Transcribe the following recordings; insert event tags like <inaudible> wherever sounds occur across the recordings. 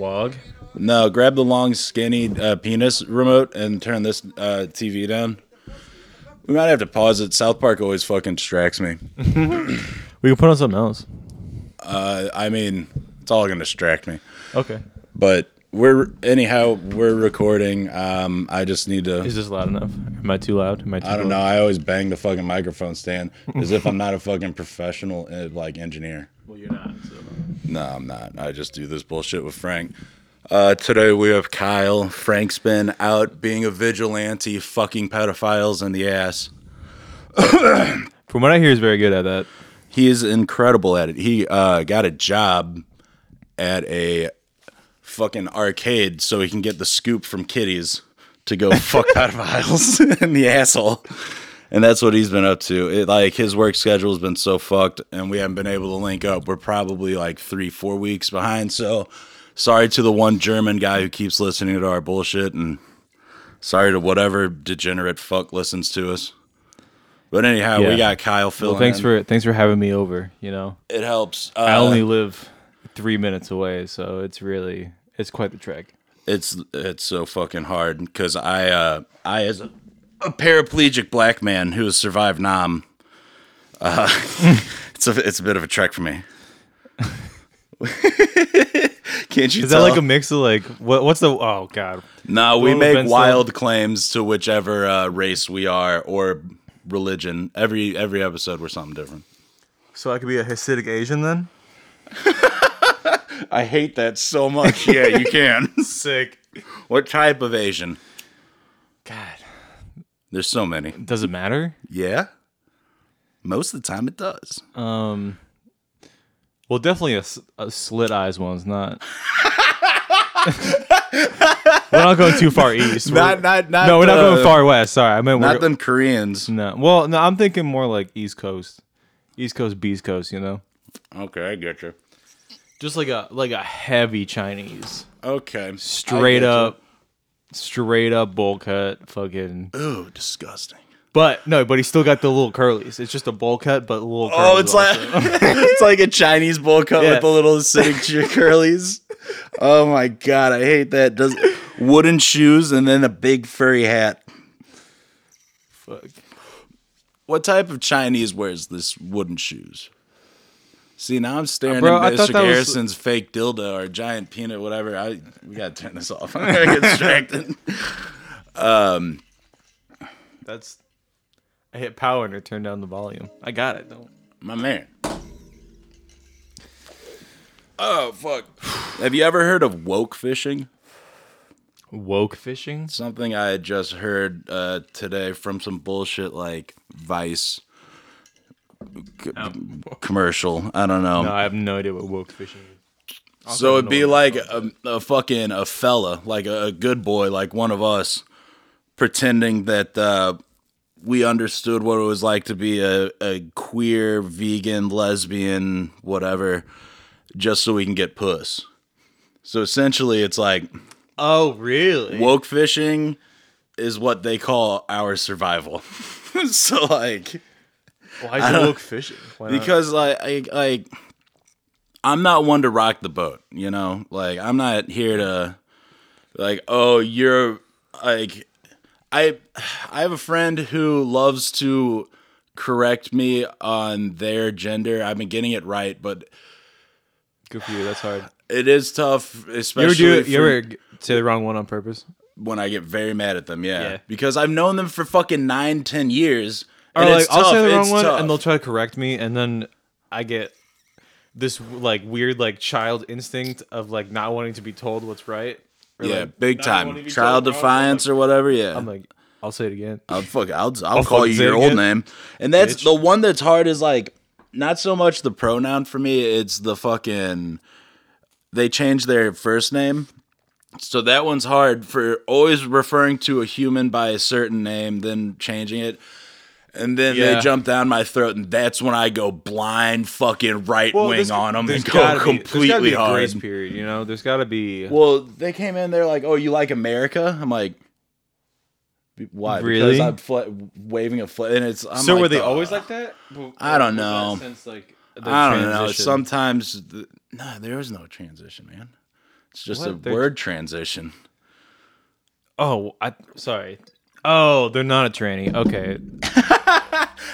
Log. No, grab the long, skinny uh, penis remote and turn this uh, TV down. We might have to pause it. South Park always fucking distracts me. We can put on something else. Uh, I mean, it's all gonna distract me. Okay. But we're anyhow, we're recording. Um, I just need to. Is this loud enough? Am I too loud? Am I too I don't know. I always bang the fucking microphone stand as if I'm not a fucking professional uh, like engineer. Well, you're not. So. No, I'm not. I just do this bullshit with Frank. Uh, today we have Kyle. Frank's been out being a vigilante, fucking pedophiles in the ass. From what I hear, he's very good at that. He is incredible at it. He uh, got a job at a fucking arcade so he can get the scoop from kitties to <laughs> go fuck pedophiles <laughs> in the asshole. And that's what he's been up to. It, like his work schedule has been so fucked, and we haven't been able to link up. We're probably like three, four weeks behind. So sorry to the one German guy who keeps listening to our bullshit, and sorry to whatever degenerate fuck listens to us. But anyhow, Yeah. we got Kyle filling. Well, thanks in. for thanks for having me over. You know, it helps. Uh, I only live three minutes away, so it's really it's quite the trek. it's it's so fucking hard because I uh I as a, a paraplegic black man who has survived Nam, uh, <laughs> it's a it's a bit of a trek for me. <laughs> Can't you Is tell? that like a mix of like what? What's the? Oh God. no, we Well, make Ben's wild claims to whichever uh, race we are or religion. Every every episode we're something different. So I could be a Hasidic Asian then? I hate that so much. <laughs> yeah, you can. Sick. what type of Asian? God. There's so many. Does it matter? Yeah. Most of the time it does. Um. Well, definitely a, s- a slit eyes one's <laughs> not. we're not going too far east. We're- Not not not no, we're not uh, going far west. Sorry, I meant we're, Not them Koreans. no. Well, no, I'm thinking more like East Coast, East Coast, Beast Coast. You know, Okay, I get you. just like a like a heavy Chinese, Okay, straight up, straight up bowl cut, fucking. Ooh, disgusting. But no, but he's still got the little curlies. It's just a bowl cut, but little. Oh, curlies it's like also. <laughs> it's like a Chinese bowl cut Yeah. with the little signature curlies. Oh my god, I hate that. Does wooden shoes and then a big furry hat. Fuck. What type of Chinese wears this wooden shoes? See, now I'm staring Bro, at I thought Mr. that was- Garrison's fake dildo or giant peanut, whatever. I we gotta turn this off. <laughs> I'm gonna get distracted. That's. I hit power and it turned down the volume. I got it. Don't. My man. Oh fuck. Have you ever heard of woke fishing? Woke fishing. Something I had just heard uh, today from some bullshit like Vice c- commercial. I don't know. No, I have no idea what woke fishing is. so it'd be no. like a, a fucking a fella, like a, a good boy, like one of us, pretending that uh, we understood what it was like to be a, a queer, vegan, lesbian, whatever, just so we can get puss. So essentially, it's like Oh, really? woke fishing is what they call our survival. <laughs> so like. Why is it woke fishing? Why not? because like I, like I'm not one to rock the boat, you know. Like I'm not here to like oh you're like I I have a friend who loves to correct me on their gender. I've been getting it right, but good for you. That's hard. it is tough, You ever especially do it? You for- ever g- say the wrong one on purpose? when I get very mad at them. Yeah, Yeah. because I've known them for fucking nine, ten years. Or and like it's I'll tough, say the wrong it's one tough. and they'll try to correct me, and then I get this like weird like child instinct of like not wanting to be told what's right. Or, yeah, like, big not wanting time to be trial told wrong. defiance or whatever. Yeah, I'm like, I'll say it again. I'll fuck. I'll I'll, call fucking you say your it old again. name. And that's Bitch. the one that's hard is like not so much the pronoun for me. It's the fucking they change their first name. So that one's hard for always referring to a human by a certain name, then changing it. And then Yeah. they jump down my throat, and that's when I go blind fucking right wing there's- on them there's and go gotta be- there's gotta completely be a hard. grace period, you know. There's got to be. Well, they came in. They're like, "Oh, you like America?" I'm like, "Why?" Really? Because I'm fla- waving a flag, and it's. I'm so like, were they "Oh." always like that? I don't know. Since like the I don't know. transition? Sometimes, the, no, there is no transition, man. It's just What? a They're- word transition. Oh, I sorry. Oh, they're not a tranny. Okay.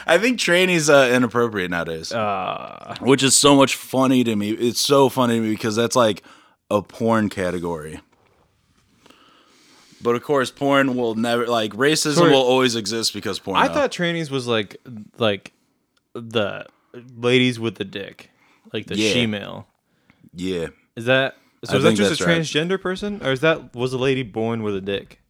I think trainees uh, inappropriate nowadays, Uh. which is so much funny to me. It's so funny to me because that's like a porn category. But of course, porn will never like racism Sorry. will always exist because porn. I thought trannies was like like the ladies with the dick, like the Yeah. shemale. yeah, Is that so? I is that think just a that's right. transgender person, or is that was a lady born with a dick?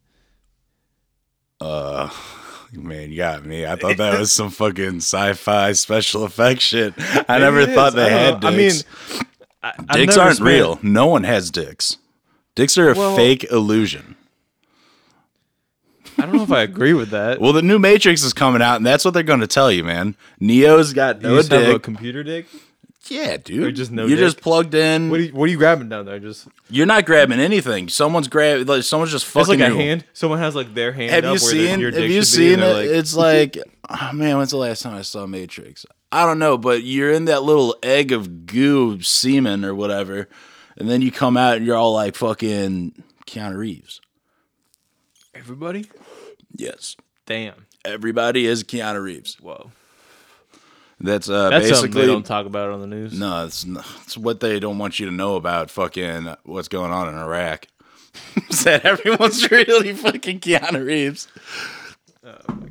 man, you got me. I <laughs> thought that was some fucking sci-fi special effect shit. I never It is. thought they I had don't know. dicks. I mean, I, I've dicks never aren't spent- real. No one has dicks. Dicks are a Well- fake illusion. I don't know if I agree with that. <laughs> Well, the new Matrix is coming out, and that's what they're going to tell you, man. Neo's got you no just have a dick. computer dick. yeah, dude. or just no You're dick? just plugged in. What are you, what are you grabbing down there? Just you- are not grabbing anything. Someone's grab. Like, someone's just it's fucking like a you. hand. Someone has like their hand. Have up you where their- seen? Your Have dick you should be, seen and it? they're Like, it's like, oh man, when's the last time I saw Matrix? I don't know, but you're in that little egg of goo, semen or whatever, and then you come out and you're all like fucking Keanu Reeves. everybody. Yes, Damn. everybody is Keanu Reeves. Whoa. That's uh, That's something basically they don't talk about on the news. No, it's, n- it's what they don't want you to know about fucking what's going on in Iraq. <laughs> Is that everyone's <laughs> really fucking Keanu Reeves. Oh my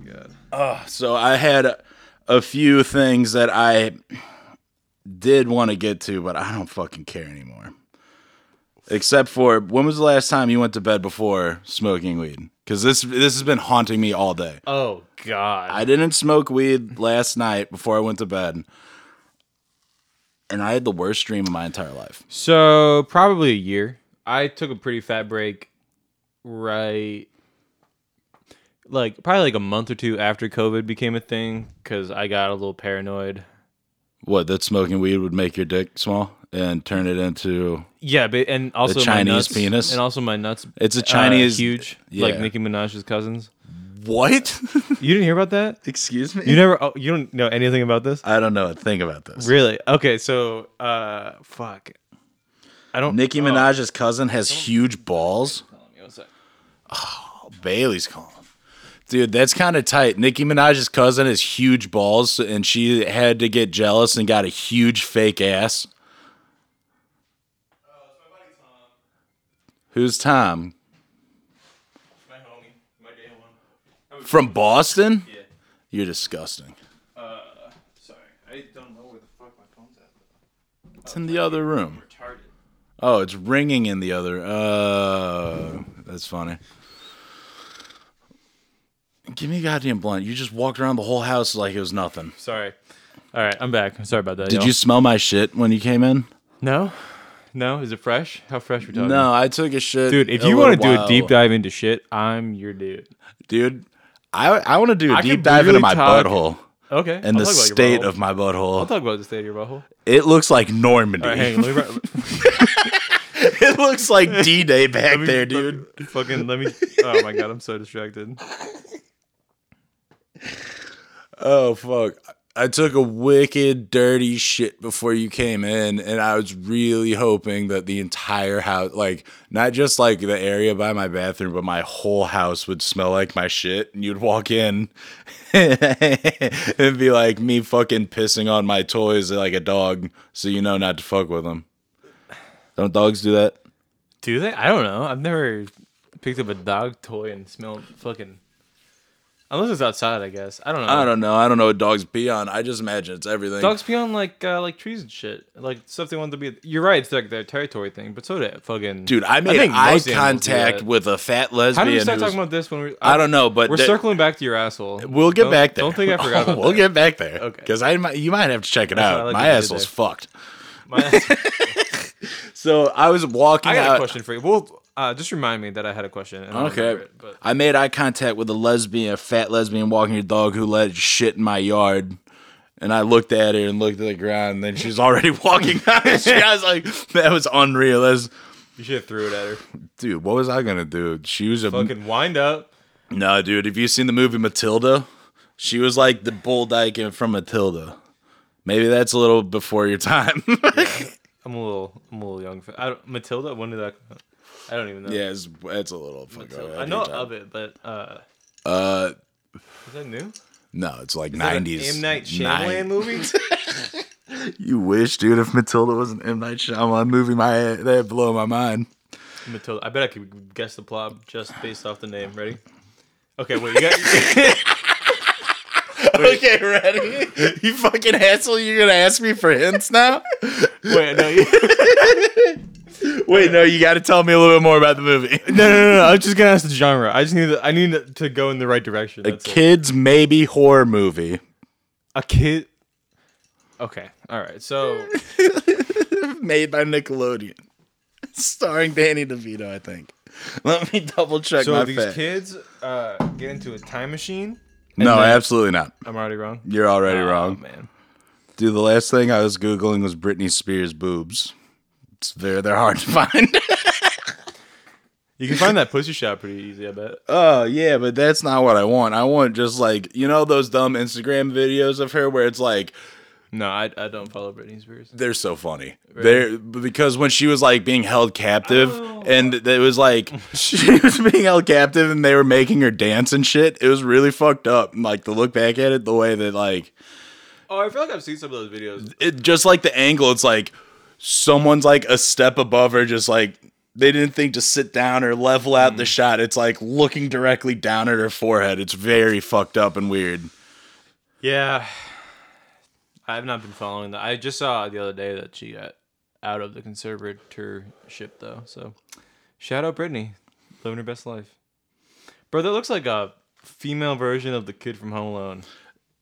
god. so I had a few things that I did want to get to, but I don't fucking care anymore. Except for when was the last time you went to bed before smoking weed? Because this this has been haunting me all day. Oh God. I didn't smoke weed last night before I went to bed. And I had the worst dream of my entire life. So probably a year. I took a pretty fat break, right? Like probably like a month or two after COVID became a thing, because I got a little paranoid. What, that smoking weed would make your dick small and turn it into Yeah, but and also Chinese my nuts, penis? and also my nuts. It's a uh, Chinese- huge, yeah. like Nicki Minaj's cousins. What? <laughs> You didn't hear about that? Excuse me? You never? Oh, you don't know anything about this? I don't know a thing about this. Really? Okay, so uh, fuck. I don't. Nicki oh, Minaj's cousin has huge balls. Oh, hold on one sec. Bailey's calling. Dude, that's kind of tight. Nicki Minaj's cousin has huge balls, and she had to get jealous and got a huge fake ass. Who's Tom? My homie, my day one. From Boston? Yeah. You're disgusting. Sorry, I don't know where the fuck my phone's at. It's in the other room. Retarded. Oh, it's ringing in the other. Uh, that's funny. Give me a goddamn blunt. You just walked around the whole house like it was nothing. Sorry. All right, I'm back. I'm sorry about that. Did y'all. you smell my shit when you came in? No, no. Is it fresh? How fresh we talking? No, Oh, I took a shit. dude. If a you want to do little a deep while. dive into shit, I'm your dude. dude, I I want to do a I deep could dive into really my talk- butthole Okay. and I'll talk the about your state butthole. of my I'll butthole. talk about the state of your <laughs> butthole. it looks like Normandy. All right, <laughs> hang on. Let me, it <laughs> looks like D Day back there, dude. Fucking let me. <laughs> Oh my god, I'm so distracted. Oh fuck. I took a wicked dirty shit before you came in and I was really hoping that the entire house like not just like the area by my bathroom but my whole house would smell like my shit and you'd walk in <laughs> and be like me fucking pissing on my toys like a dog so you know not to fuck with them. Don't dogs do that? Do they? I don't know. I've never picked up a dog toy and smelled fucking. Unless it's outside, I guess. I don't know. I don't know. I don't know what dogs pee on. I just imagine it's everything. Dogs pee on like uh, like trees and shit, like stuff they want to be. You're right, it's like their territory thing, but so do fucking Dude, I made think eye most animals do contact that. with a fat lesbian. How did we start who was- talking about this when we? I don't know, but We're that- circling back to your asshole. We'll get Don't- back there. Don't think I forgot about <laughs> we'll that. get back there. Okay. Because I might, you might have to check it what I out. like My to do asshole's there. fucked. My- So I was walking I <laughs> got out. a question for you. Well, uh, just remind me that I had a question. and I'll remember Okay. it, <laughs> but I made eye contact with a lesbian, a fat lesbian walking her dog who let shit in my yard. And I looked at her and looked at the ground, and then she's already <laughs> walking <laughs> out. She- I was like, <laughs> that was unreal. That's, you should have threw it at her. dude, what was I going to do? She was a. Fucking wind up. No, dude, have you seen the movie Matilda? She was like the bull dyke in- from Matilda. Maybe that's a little before your time. <laughs> I'm a little, I'm a little young. For, I don't, Matilda, when did that? Come out? I don't even know. Yeah, it's, it's a little fuck. Matilda. I know of it, but uh, Uh, is that new? no, it's like Is that an nineties. M Night Shyamalan <laughs> movie. You wish, dude. If Matilda was an M Night Shyamalan movie, my that'd blow my mind. Matilda. I bet I could guess the plot just based off the name. Ready? Okay, wait. You got, <laughs> Okay, ready? You fucking asshole. You're gonna ask me for <laughs> hints now? wait, no. You, Wait, no. You got to tell me a little bit more about the movie. <laughs> <laughs> no, no, no, no. I was just gonna ask the genre. I just need. The, I need to go in the right direction. A That's it. <laughs> kids maybe horror movie. A kid. Okay. All right. <laughs> So made by Nickelodeon, <laughs> starring Danny DeVito. I think. Let me double check so my these fact. kids uh, get into a time machine. no, then- absolutely not. I'm already wrong. You're already Oh, wrong, man. dude. The last thing I was googling was Britney Spears boobs. It's very they're hard to find. <laughs> You can find that pussy shot pretty easy. I bet. oh yeah, but that's not what I want. I want just like you know those dumb Instagram videos of her where it's like No, I, I don't follow Britney Spears. they're so funny. They're because when she was like being held captive and it was like <laughs> she was being held captive and they were making her dance and shit, it was really fucked up. And, Like to look back at it the way that like Oh, I feel like I've seen some of those videos. it just like the angle, it's like someone's like a step above her, just like they didn't think to sit down or level out the shot. It's like looking directly down at her forehead. It's very fucked up and weird. Yeah, I have not been following that. I just saw the other day that she got out of the conservatorship, though. So, shout out Britney, living her best life. Bro, that looks like a female version of the kid from Home Alone.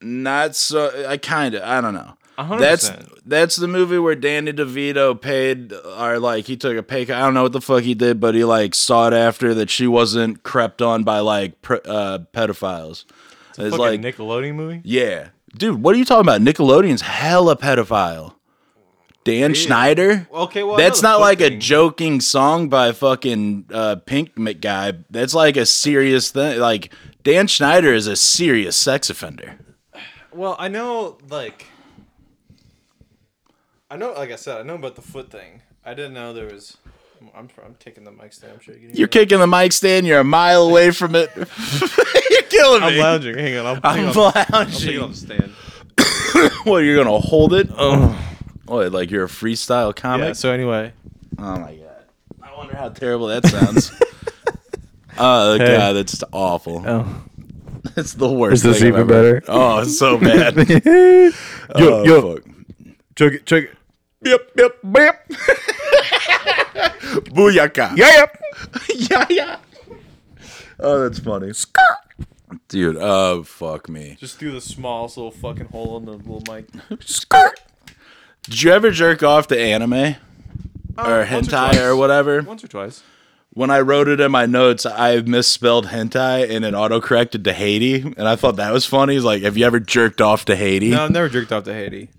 Not so. I kind of. I don't know. A hundred That's percent. that's the movie where Danny DeVito paid or like he took a pay cut. I don't know what the fuck he did, but he like sought after that she wasn't crept on by like pr- uh, pedophiles. It's, Fucking like Nickelodeon movie. yeah, dude. What are you talking about? Nickelodeon's hella pedophile. Dan Schneider. Okay, well I know That's the not foot like a thing. joking song by fucking uh, Pink guy. That's like a serious thing. Like Dan Schneider is a serious sex offender. Well, I know, like, I know, like I said, I know about the foot thing. I didn't know there was. I'm, I'm taking the mic stand. I'm sure you can hear You're kicking the mic stand. You're a mile away from it. <laughs> you're killing I'm me. lounging. Hang on. I'm, I'm taking lounging. off the stand. <laughs> What, you're gonna hold it? Oh, what, like you're a freestyle Yeah. comic? so anyway, Oh my god. I wonder how terrible that <laughs> sounds. oh Hey. god, that's awful. <laughs> oh, That's the worst. Is this thing even I've ever- better? Oh, it's so <laughs> bad. yo, Oh, yo, fuck. chug it, chug it. Yep, yep, <laughs> yep. Booyaka. Yeah, yeah, yeah. Oh, that's funny. Dude, oh fuck me. Just through the smallest little fucking hole in the little mic. Skirt. Did you ever jerk off to anime or hentai or whatever? Once or twice. When I wrote it in my notes, I misspelled hentai and it autocorrected to Haiti, and I thought that was funny. It's like, have you ever jerked off to Haiti? No, I've never jerked off to Haiti.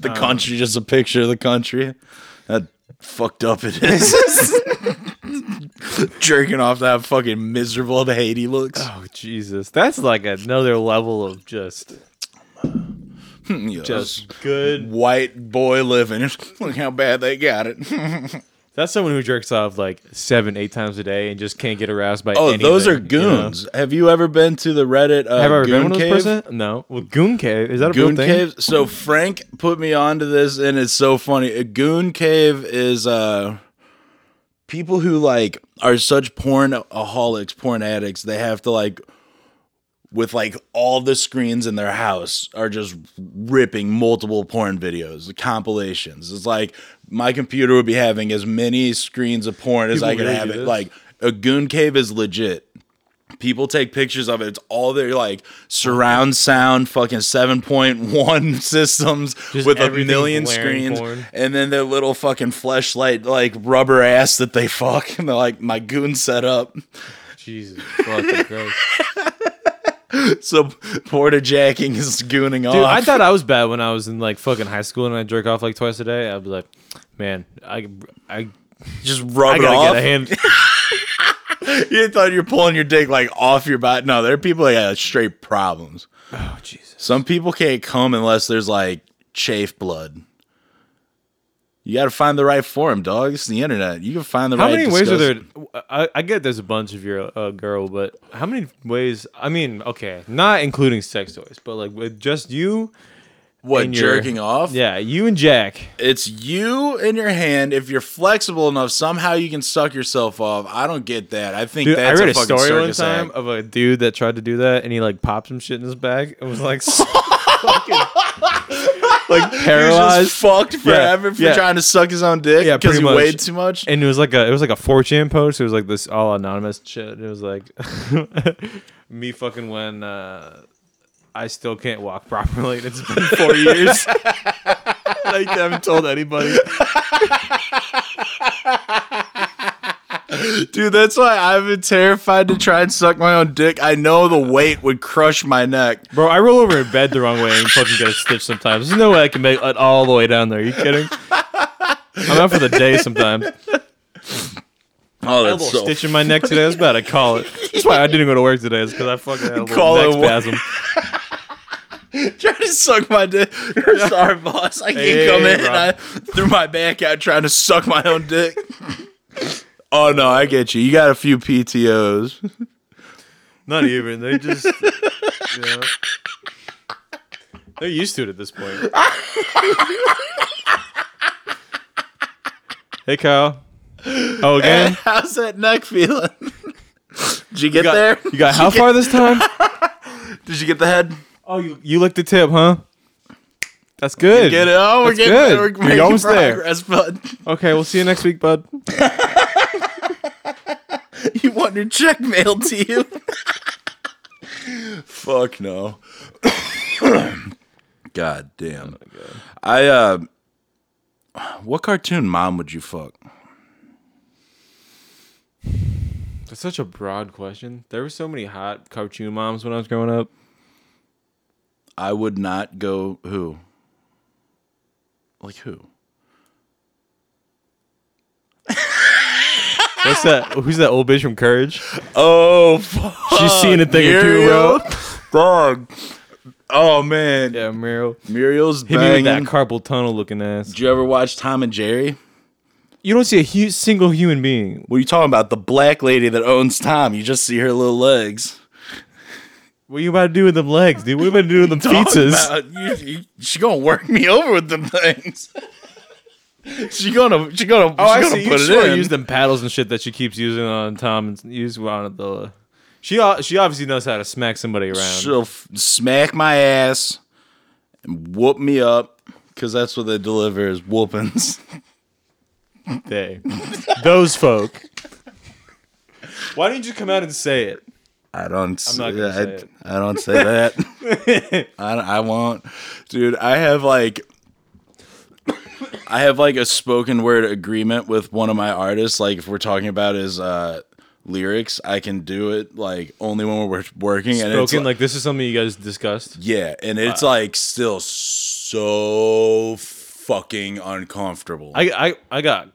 the Um, country, just a picture of the country. That fucked up it is. <laughs> Jerking off to how fucking miserable the Haiti <laughs> looks. Oh Jesus, that's like another level of just, Yeah, just good white boy living. <laughs> Look how bad they <laughs> got it. That's someone who jerks off like seven, eight times a day and just can't get aroused by. Oh, those are anything, you know? goons. Have you ever been to the Reddit? Uh, Have I ever goon been one of those cave? person? No. Well, goon cave is that a real Goon thing? cave. So Frank put me onto this, and it's so funny. A goon cave is uh, people who like are such pornaholics, porn addicts. They have to like, with like all the screens in their house, are just ripping multiple porn videos, compilations. It's like my computer would be having as many screens of porn as People I could really have do it. this? Like a goon cave is legit people take pictures of it. It's all their like surround sound, fucking seven point one <laughs> systems Just with a everything million blaring screens, porn. and then their little fucking fleshlight like rubber ass that they fuck, <laughs> and they're like my goon set up. <laughs> Jesus <laughs> fucking Christ. So porta jacking is gooning Dude, off. I thought I was bad when I was in like fucking high school and I jerk off like twice a day. I'd be like, man, I, I, just rub I it gotta off. get a hand. You thought you're pulling your dick like off your body. No, there are people that got straight problems. oh Jesus. Some people can't come unless there's like chafe blood. You got to find the right forum, dog. It's the internet. You can find the How right. many ways are discuss- there? I, I get there's a bunch if you're a, a girl, but how many ways? I mean, okay, not including sex toys, but like with just you. What in your- jerking off? Yeah, you and Jack. It's you in your hand. If you're flexible enough, somehow you can suck yourself off. I don't get that. I think Dude, that's I read a, fucking story one circus time act. of a dude that tried to do that, and he like popped some shit in his bag. It was <laughs> like so fucking like He was paralyzed, just fucked forever for yeah. trying to suck his own dick Yeah, because pretty he much. weighed too much. and it was like a it was like a 4chan post. It was like this all anonymous shit. And it was like <laughs> me fucking when uh, I still can't walk <laughs> properly. and It's been four <laughs> years. I haven't told anybody. Dude, that's why I've been terrified to try and suck my own dick. I know the weight would crush my neck. Bro, I roll over in bed the wrong way and fucking get a stitch sometimes. There's no way I can make it all the way down there. Are you kidding? I'm out for the day <laughs> sometimes. Oh, Elbow <laughs> stitch in my neck today. That's about to call it. That's why I didn't go to work today. Is because I fucking had a little Call neck it what- spasm. trying to suck my dick. You're sorry, boss. I can't Hey, come in. bro. And I threw my back out trying to suck my own dick. <laughs> oh no, I get you. You got a few PTOS. Not even. They <laughs> just. you know. they're used to it at this <laughs> point. hey, Kyle. Oh, again? <laughs> How's that neck feeling? <laughs> Did you You get got, there? You got how far this time? <laughs> Did you get the head? Oh, you, you licked the tip, huh? That's good. Get it? Oh, we're That's getting good. there. We're You're making almost there. progress, bud. <laughs> Okay, we'll see you next week, bud. You want your check mailed to you? <laughs> Fuck no. <coughs> God damn. I uh what cartoon mom would you fuck? That's such a broad question. There were so many hot cartoon moms when I was growing up. I would not go who? Like who? What's that? Who's that old bitch from Courage? Oh fuck. She's seen a thing or two, bro. Dog. Oh man. Yeah, Meryl. Muriel's Hit me with that banging. carpal tunnel looking ass. Did you ever watch Tom and Jerry? You don't see a hu- single human being. What are you talking about? The black lady that owns Tom. You just see her little legs. What you about to do with them legs, dude? What you about to do with <laughs> them talking pizzas? about? You- you- she gonna work me over with them things. <laughs> she gonna she gonna Oh, I she gonna see. put you it in. use them paddles and shit that she keeps using on Tom and use on the. She o- she obviously knows how to smack somebody around. She'll f- smack my ass and whoop me up because that's what they deliver is whoopings. <laughs> They, those <laughs> folk. Why didn't you come out and say it? I don't. s- not gonna I, say it. I don't say that. <laughs> I, I won't, dude. I have like, I have like a spoken word agreement with one of my artists. Like, if we're talking about his uh, lyrics, I can do it like only when we're working. and it's Broken. Like Uh. this is something you guys discussed. yeah, and it's like still so fucking uncomfortable. I I I got,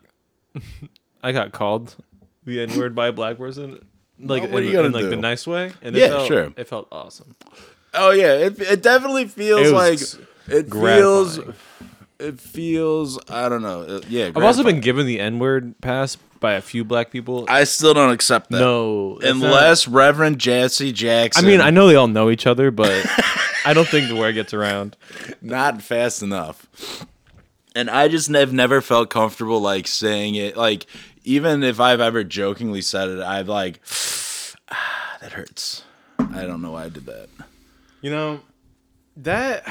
<laughs> I got called the N word by a black person. Like Well, what are in, you gonna in, like do? the nice way. And it Yeah, felt, sure. It felt awesome. oh yeah, it it definitely feels It like was it feels. gratifying. It feels. I don't know. uh, Yeah, I've also been given the N word pass by a few black people. I still don't accept that. no, that's not- Unless Reverend Jesse Jackson. I mean I know they all know each other, <laughs> but I don't think the word gets around. not fast enough. And I just have never felt comfortable like saying it. Like even if I've ever jokingly said it, I've like <sighs> ah, that hurts. I don't know why I did that. You know, that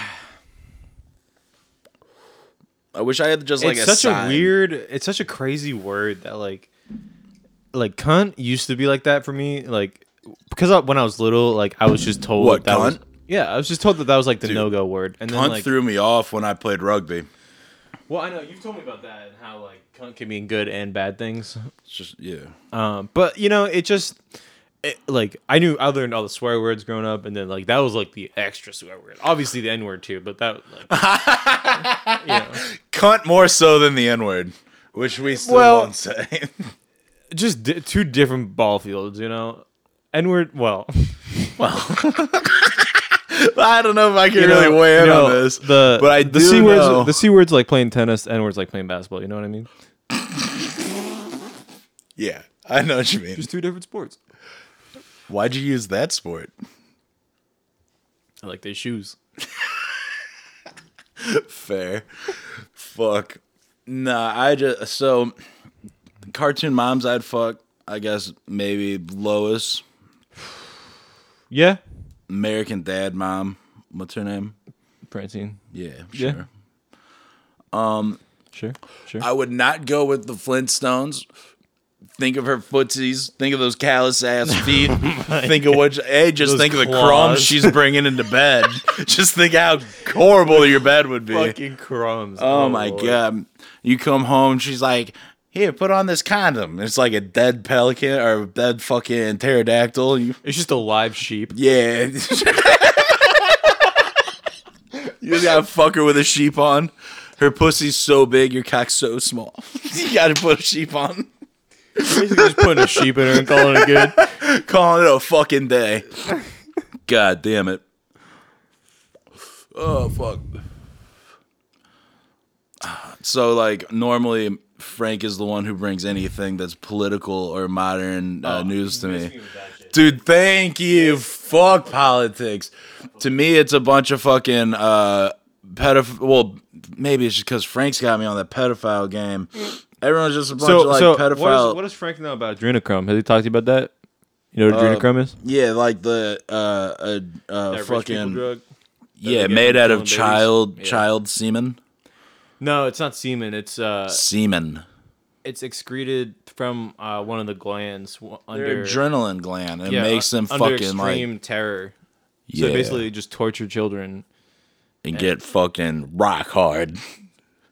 I wish I had just like it's a such sign. a weird, it's such a crazy word that like, like cunt used to be like that for me. Like because I, when I was little, like I was just told What, that was- cunt? yeah, I was just told that that was like the no go word. And then Hunt like, threw me off when I played rugby. well, I know you've told me about that and how like cunt can mean good and bad things. It's just yeah. Um, but you know, it just it, like I knew I learned all the swear words growing up, and then like that was like the extra swear word. Obviously the N word too, but that like, you know. Cunt more so than the N word, which we still Well- won't say. <laughs> just di- two <laughs> different ball fields, you know. N word. Well, well, I don't know if I can You really know, weigh in you know, on this, The but I the do c know- words the c words like playing tennis, n words like playing basketball. You know what I mean? yeah, I know what you mean. There's two different sports. <laughs> Why'd you use that sport? I like their shoes. Fair. Fuck. Nah, I just so cartoon moms I'd fuck. I guess maybe Lois, Yeah, American Dad mom. What's her name? Francine. Yeah, sure. Yeah. Sure, sure. I would not go with the Flintstones. Think of her footsies. Think of those callous <laughs> ass feet. think of what, hey, just Those think of the claws. crumbs she's bringing into bed. <laughs> just think how horrible your bed would be. crumbs. Oh, my god! You come home, she's like, "Here, put on this condom." It's like a dead pelican or a dead fucking pterodactyl. You, <laughs> It's just a live sheep. yeah. <laughs> you just gotta fuck her with a sheep on. Her pussy's so big, your cock's so small. <laughs> you gotta put a sheep on. Basically, just putting a sheep in her and calling it good. Calling it a fucking day. God damn it. Oh fuck. So like normally Frank is the one who brings anything that's political or modern uh, news to me. Dude, thank you. Fuck politics. To me, it's a bunch of fucking uh, pedoph. Well, maybe it's just because Frank's got me on that pedophile game. Everyone's just a <laughs> bunch So, of like so what, is, pedophile. what does Frank know about adrenochrome? Has he talked to you about that? You know what Uh, adrenochrome is? Yeah, like the uh, uh, That uh rich people fucking drug? yeah, they get made from out of killing babies. child Yeah. child semen. No, it's not semen. It's uh, Semen. it's excreted from uh, one of the glands w- Their under adrenaline gland. It yeah, makes them under fucking extreme like terror. yeah, So basically, they just torture children. and get fucking rock hard.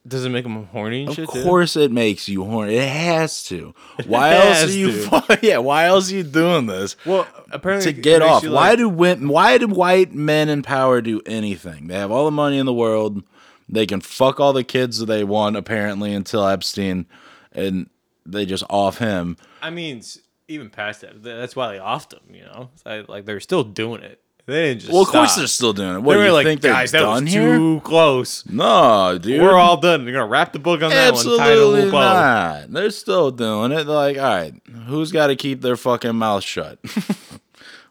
Does it make them horny? And Of shit, too? course, it makes you horny. It has <laughs> to. Why else are has you? to. fu- <laughs> yeah. Why else are you doing this? Well, apparently to get off. Why why do win- why do white men in power do anything? They have all the money in the world. They can fuck all the kids that they want apparently until Epstein, and they just off him. I mean, s- even past that, th- that's why they offed them. You know, I, like they're still doing it. They didn't just. Well, of course stop. they're still doing it. What They do were you like, think they're guys, that done was here? too close. no, dude. We're all done. They're gonna wrap the book on that one. Tie it a Absolutely little bow. not. They're still doing it. They're like, all right, who's got to keep their fucking mouth shut? <laughs>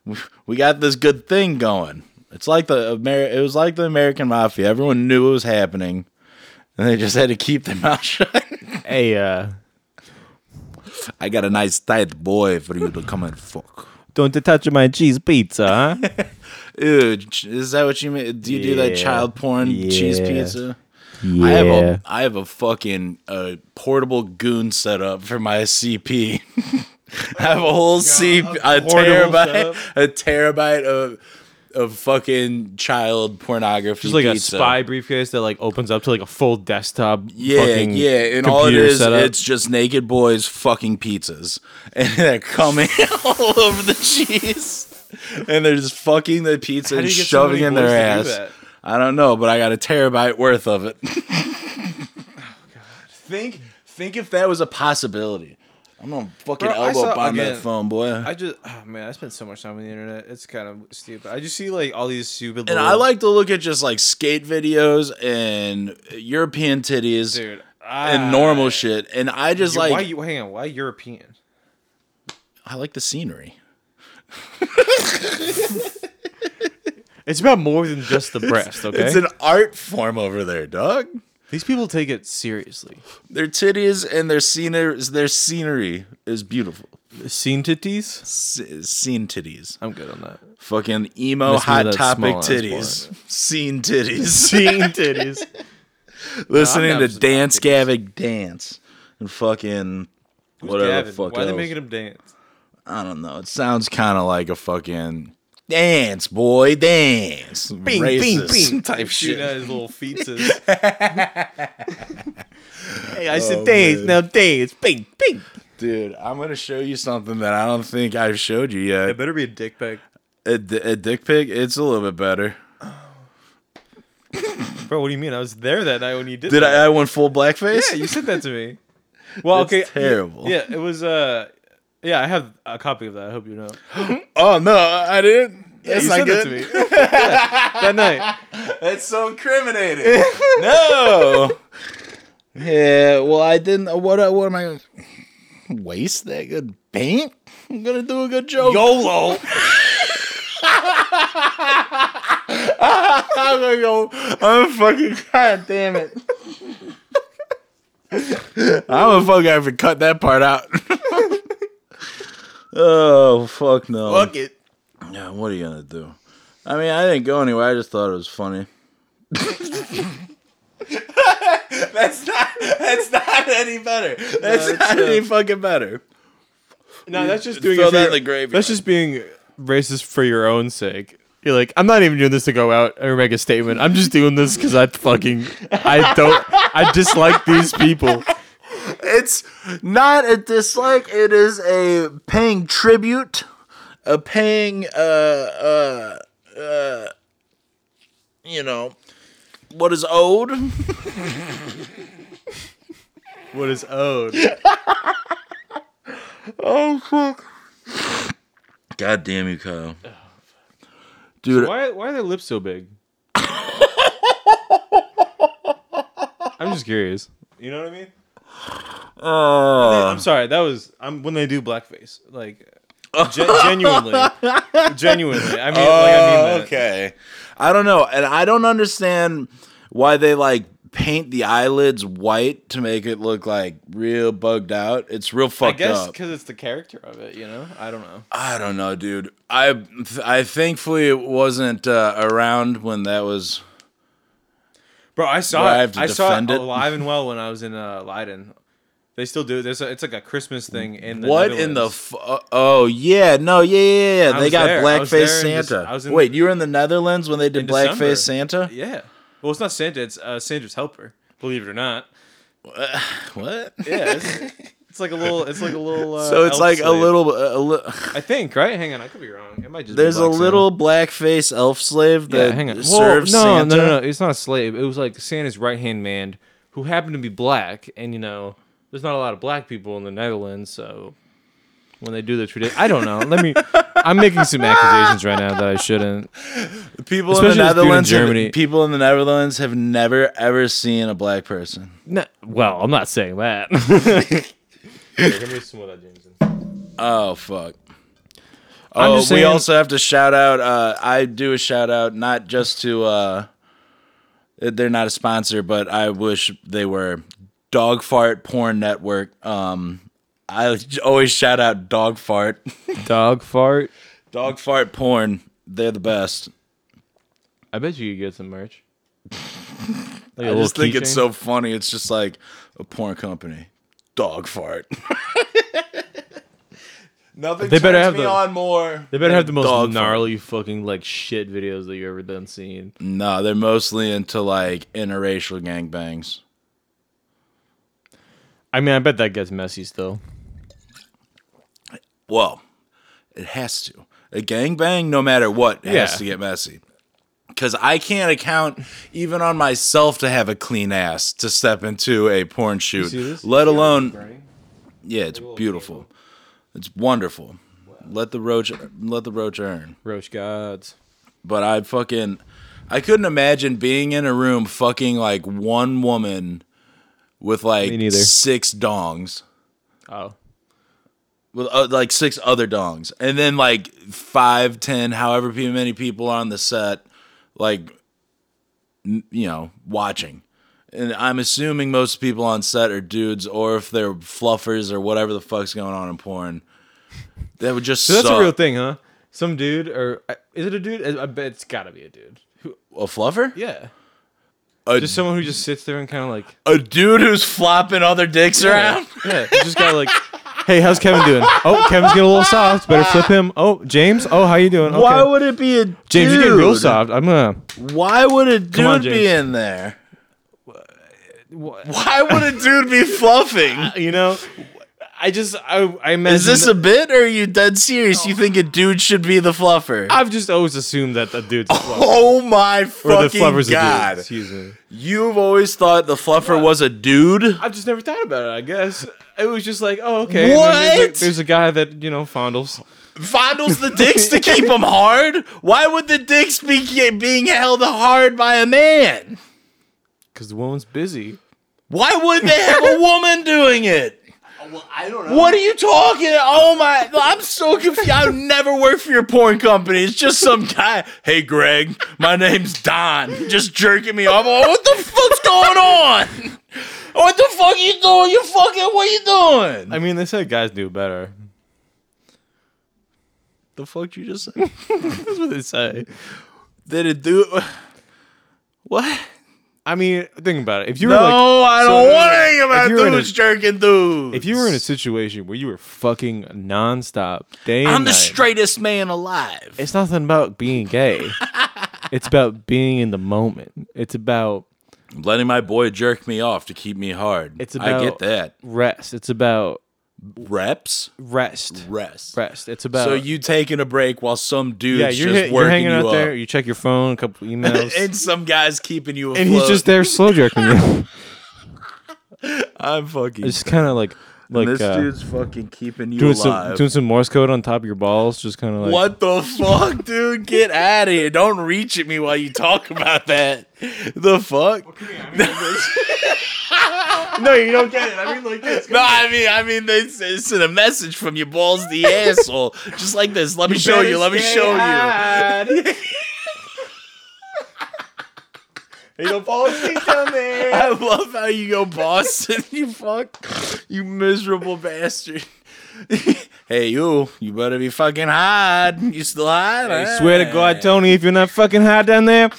We- we got this good thing going. It's like the Amer- it was like the American Mafia. Everyone knew it was happening, and they just had to keep their <laughs> mouth shut. Hey, uh, I got a nice tight boy for you to come and fuck. don't touch my cheese pizza, huh? <laughs> Ew, ch- is that what you mean? Do you do that Yeah. child porn cheese Yeah. pizza? yeah. I have a I have a fucking uh, portable goon set up for my CP. <laughs> I have a whole CP a, portable terabyte setup? a terabyte of of fucking child pornography. Just like pizza. a spy briefcase that like opens up to like a full desktop. Yeah, fucking yeah, and all it computer is, setup. it's just naked boys fucking pizzas, <laughs> and they're coming <laughs> all over the cheese, and they're just fucking the pizza How do and you get so shoving many in boys their to do ass. that? I don't know, but I got a terabyte worth of it. <laughs> Think, think if that was a possibility. I'm gonna fucking Bro, I elbow saw- bomb that again, phone, boy. I just, oh man, I spend so much time on the internet. It's kind of stupid. I just see like all these stupid. and I like to look at just like skate videos and European titties dude and normal shit. And I just like why you hang on? Why European? I like the scenery. It's about more than just <laughs> the breast. Okay, It's an art form over there, dog. these people take it seriously. Their titties and their scenery, their scenery is beautiful. Scene titties. S- scene titties, I'm good on that. fucking emo Listen to hot that topic small-ass titties, <laughs> scene titties. <laughs> <laughs> Scene titties. Listening to nervous about Dance Gavin dance and fucking whatever the Gavin, fuck. why are they else. making him <laughs> dance? I don't know. It sounds kind of like a fucking dance boy dance, bing, racist bing. <laughs> type Shooting shit. out his little <laughs> feetses. hey, I Oh, said dance now, dance, bing, bing. Dude, I'm gonna show you something that I don't think I've showed you yet. It better be a dick pic, a, d- a dick pic, it's a little bit better. bro. What do you mean? I was there that night when you did. Did that. I, I went full blackface? Yeah, you sent that to <laughs> me. Well, That's okay, terrible. Yeah, it was. Uh, yeah, I have a copy of that. I hope you know. Oh no, I didn't. That's you said not that <laughs> good. to me. that night. That's so incriminating. <laughs> No. yeah. Well, I didn't. What? What am I? gonna Waste that good paint. I'm gonna do a good joke. YOLO. I'm gonna go. I'm fucking. God damn it. I'm gonna fucking have to cut that part out. <laughs> oh fuck no. Fuck it. Yeah, what are you gonna do? I mean, I didn't go anywhere. I just thought it was funny. <laughs> that's not. That's not any better. That's not any fucking better. No, that's just doing throw it for that in your- the graveyard. That's just being racist for your own sake. You're like, I'm not even doing this to go out or make a statement. I'm just doing this because I fucking I don't I dislike these people. It's not a dislike. It is a paying tribute, a paying. Uh, uh, uh, you know, what is owed? What is owed? Oh fuck! <laughs> God damn you, Kyle. Dude, Why why are their lips so <laughs> big? I'm just curious. You know what I mean? Oh, I'm sorry. That was I'm when they do blackface. <laughs> Like gen- genuinely, genuinely. I mean, like, I mean that. Oh, okay. I don't know, and I don't understand why they like paint the eyelids white to make it look like real bugged out. It's real I fucked guess up. because it's the character of it. You know, I don't know. I don't know, dude. I I thankfully wasn't uh, around when that was. Bro, I saw Do I it. have to I saw it defend it? alive and well when I was in uh, Leiden. They still do. it. There's a, it's like a Christmas thing in the What in the Netherlands. f- uh, oh yeah no yeah yeah, yeah. I they was got there. I was blackface there in Dec- Santa. I was in- Wait, you were in the Netherlands when they did In December. blackface Santa? yeah. Well, it's not Santa. It's uh, Sandra's helper. Believe it or not. What? Yeah. <laughs> It's, it's like a little. It's like a little. Uh, <laughs> So it's elf like a slave. little a little. <laughs> I think right. Hang on. I could be wrong. It might just. be There's a Black Santa. little blackface elf slave that Yeah, hang on. serves no, Santa. no, no, no. It's not a slave. It was like Santa's right hand man who happened to be black, and you know, there's not a lot of black people in the Netherlands, so when they do the tradition, I don't know. Let me. <laughs> I'm making some accusations right now that I shouldn't. Especially People in the this dude in Netherlands, have- Germany. people in the Netherlands have never ever seen a black person. No, well, I'm not saying that. <laughs> Here, give me some of that, Jameson. Oh fuck. I'm Oh, just we saying- also have to shout out. Uh, I do a shout out not just to. Uh, they're not a sponsor, but I wish they were. Dog Fart Porn Network. Um, I <laughs> always shout out Dog Fart. Dog fart. Dog Fart Porn. They're the best. I bet you could get some merch. Like a I little just think it's keychain. so funny. It's just like a porn company. Dog fart. <laughs> Nothing They better turns have me the- on on more. They better have the most Dog fart. gnarly fucking like shit videos that you've ever done seen. No, they're mostly into like interracial gangbangs. I mean, I bet that gets messy still. Well, it has to. A gangbang, no matter what, has Yeah. to get messy. Because I can't account even on myself to have a clean ass to step into a porn see this? shoot, let alone Yeah, it's beautiful. It's wonderful. Let the roach let the roach earn. Roach gods. But I fucking I couldn't imagine being in a room fucking like one woman with like Me neither. six dongs Oh. with uh, like six other dongs and then like five ten however pe- many people on the set like n- you know watching and i'm assuming most people on set are dudes or if they're fluffers or whatever the fuck's going on in porn that would just So that's suck. a real thing, huh? Some dude, or I- is it a dude? I I bet it's gotta be a dude. Who, a fluffer yeah. a, Just someone who just sits there and kind of <laughs> like. a dude who's flopping other dicks around Yeah, you just gotta like. Hey, how's Kevin doing? Oh, Kevin's getting a little soft. Better flip him. Oh, James. Oh, how you doing? Okay. <laughs> why would it be a James, dude? you're getting real soft. I'm gonna. why would a dude on, be James. in there why would a dude be fluffing You know, I just I I imagine Is this a bit or are you dead serious? You think a dude should be the fluffer? I've just always assumed that the dude's <laughs> a fluffer. oh my or the fucking fluffer's a dude. god. Excuse me. You've always thought the fluffer was a dude? I've just never thought about it. I guess it was just like, oh, okay. and then There's What? a, there's a guy that you know fondles. Fondles the dicks to keep them hard? Why would the dicks be ge- being held hard by a man? Because the woman's busy. Why would they have a woman doing it? Oh, Well, I don't know. What are you talking? Oh my! I'm so confused. I would never work for your porn company. It's just some guy. Hey, Greg, my name's Don. Just jerking me off. Oh, what the fuck's going on? What the fuck you doing? You fucking. What you doing? I mean, they said guys do better. the fuck you just said? That's what they say. Did it do? What? I mean, think about it. If you No, were like, I so don't no, no, want no. anything about If you were in a- dudes jerking dudes. if you were in a situation where you were fucking nonstop, day and I'm the night, straightest man alive. it's nothing about being <laughs> gay. it's about being in the moment. It's about Letting my boy jerk me off to keep me hard. It's I get about- that. rest. It's about Reps, rest. rest. Rest. It's about So you taking a break while some dude's yeah. You're, just hit- you're working hanging you out up, there. You check your phone, a <laughs> couple emails, and, and some guy's keeping you afloat. he's just there slow jerking <laughs> you. I'm fucking. It's kind of like like this uh, dude's fucking keeping you doing some alive. doing some Morse code on top of your balls. Just kind of like what the fuck, dude? Get out of here! Don't reach at me while you talk about that. The fuck? <laughs> No, you don't get it. I mean, like this. No, I mean, I mean, they they sent a message from your balls to the asshole, just like this. Let me show you. Let me show you. <laughs> you. you don't fall asleep down there. <laughs> I love how you go Boston, <laughs> you fuck, you miserable bastard. <laughs> hey, you, you better be fucking hot. You still hot? I swear to God, Tony, if you're not fucking high down there,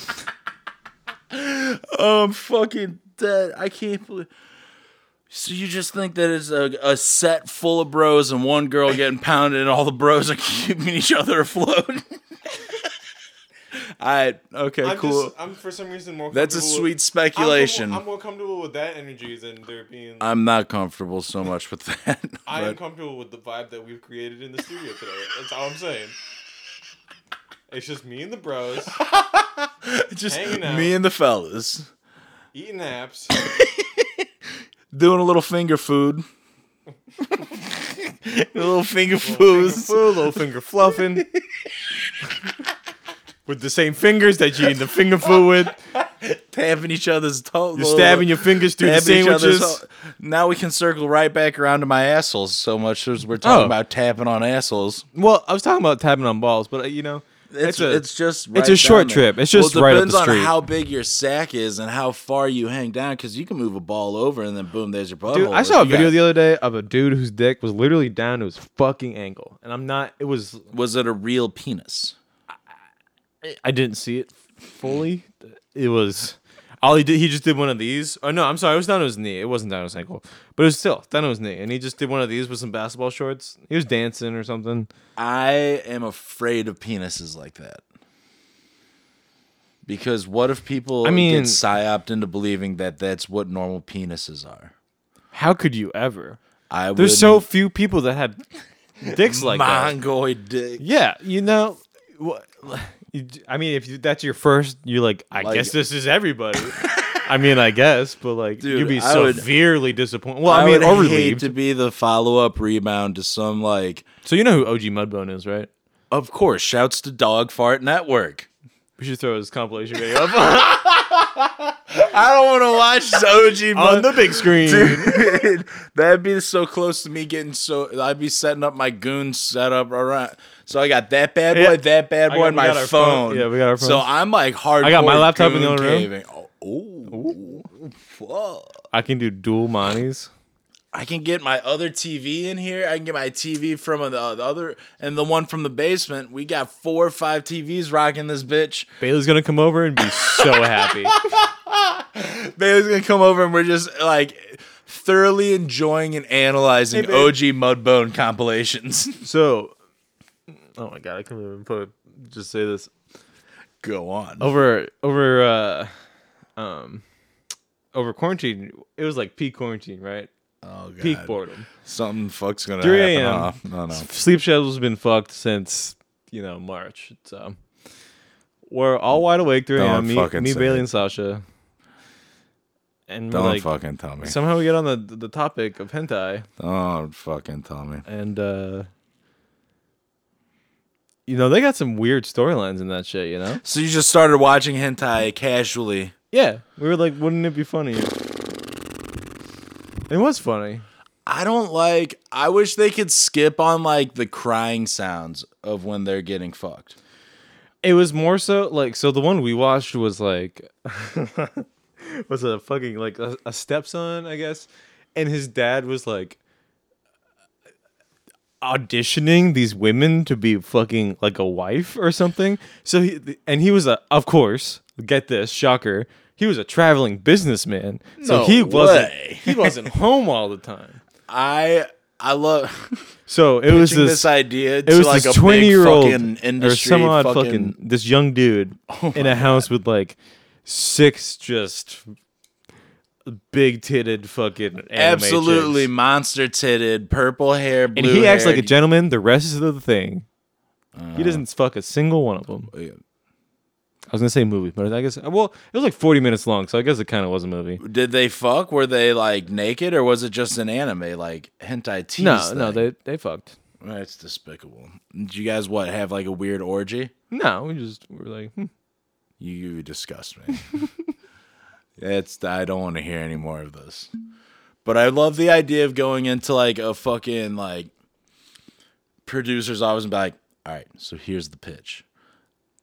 I'm fucking dead. I can't believe. So you just think that it's a, a set full of bros and one girl getting pounded, and all the bros are <laughs> keeping each other afloat. <laughs> All right. Okay. cool. I'm for some reason more. That's a sweet speculation. I'm, more comfortable with that energy than there being. not comfortable so much with that. <laughs> but comfortable with the vibe that we've created in the studio today. That's all I'm saying. It's just me and the <laughs> bros just hanging out. me and the fellas eating apps. doing a little finger food. <laughs> a little finger foods. Full little finger <laughs> fluffing. with the same fingers that you eat the finger food with. Tapping each other's toes. You're stabbing your fingers through the Tapping each other's sandwiches. toe- Now we can circle right back around to my assholes so much as we're talking Oh. about tapping on assholes. Well, I was talking about tapping on balls, but uh, you know, It's, it's, a, it's just a right down short there. trip. It's just well, it right up depends the street. on how big your sack is and how far you hang down because you can move a ball over and then boom, there's your butthole. Dude, I saw a If you video got- the other day of a dude whose dick was literally down to his fucking ankle, and I'm not. It was was it a real penis? I didn't see it fully. It was all he did. He just did one of these. Oh no, I'm sorry. It was down to his knee. It wasn't down to his ankle, but it was still down to his knee. And he just did one of these with some basketball shorts. He was dancing or something. I am afraid of penises like that. Because what if people I mean- get psyoped into believing that that's what normal penises are? How could you ever? I There's would <laughs> so few people that had dicks like that. Mongoid dick. Yeah, you know. wha- you- I mean, if you, that's your first, you're like, I Like- guess this is <laughs> everybody. I mean, I guess, but like, Dude, you'd be I would- severely disappointed. Well, I, mean, would or hate relieved. to be the follow up rebound to some like. So you know who OG Mudbone is, right? Of course, shouts to Dog Fart Network. We should throw his compilation video <laughs> up. I don't want to watch <laughs> OG on <laughs> Mud- the big screen. <laughs> Dude, that'd be so close to me getting so. I'd be setting up my goon setup around. So I got that bad boy, Yeah. that bad I boy, got- and we my got our phone. phone. Yeah, we got our So phones. I'm like hard. got my laptop in the other room. Oh, oh, fuck. I can do dual monies. I can get my other TV in here. I can get my TV from the, the other and the one from the basement. We got four or five TVs rocking this bitch. Bailey's gonna come over and be so <laughs> happy. Bailey's gonna come over and we're just like thoroughly enjoying and analyzing Hey, babe. OG Mudbone compilations. <laughs> So, oh my god, I can't even put just say this Go on. over over uh um over quarantine. It was like peak quarantine, right? Oh god. Peak boredom. Something fuck's gonna 3 happen. a.m.. off. No, no. Sleep schedule's been fucked since you know March. So we're all wide awake 3 Don't a.m. Me, fucking me say Bailey, it. and Sasha. And we're Don't like, fucking tell me. somehow we get on the the topic of hentai. Don't fucking tell me. and uh you know they got some weird storylines in that shit you know So you just started watching hentai casually. yeah we were like wouldn't it be funny it was funny I don't like. I wish they could skip on like the crying sounds of when they're getting fucked. it was more so like so the one we watched was like <laughs> was a fucking like a, a stepson i guess and his dad was like auditioning these women to be fucking like a wife or something so he and he was a of course get this shocker he was a traveling businessman so No he wasn't way. he wasn't home all the time I I love <laughs> so it was this, this, this idea. it to was like this a twenty year old fucking industry. or some odd fucking, Oh fucking, this young <laughs> dude in a house with like six just big titted fucking absolutely animatrix. monster titted, purple hair, blue and he acts like a haired- Uh. gentleman the rest of the thing he doesn't fuck a single one of Oh, them i was gonna say movie but i guess well it was like 40 minutes long so i guess it kind of was a movie Did they fuck? Were they like naked, or was it just an anime like hentai? Tease no thing? no they they fucked That's despicable. Did you guys what have like a weird orgy? no we just we were like hmm. You, you disgust me. <laughs> That's I don't want to hear any more of this. But I love the idea of going into like a fucking like producer's office and be like, all right, so here's the pitch.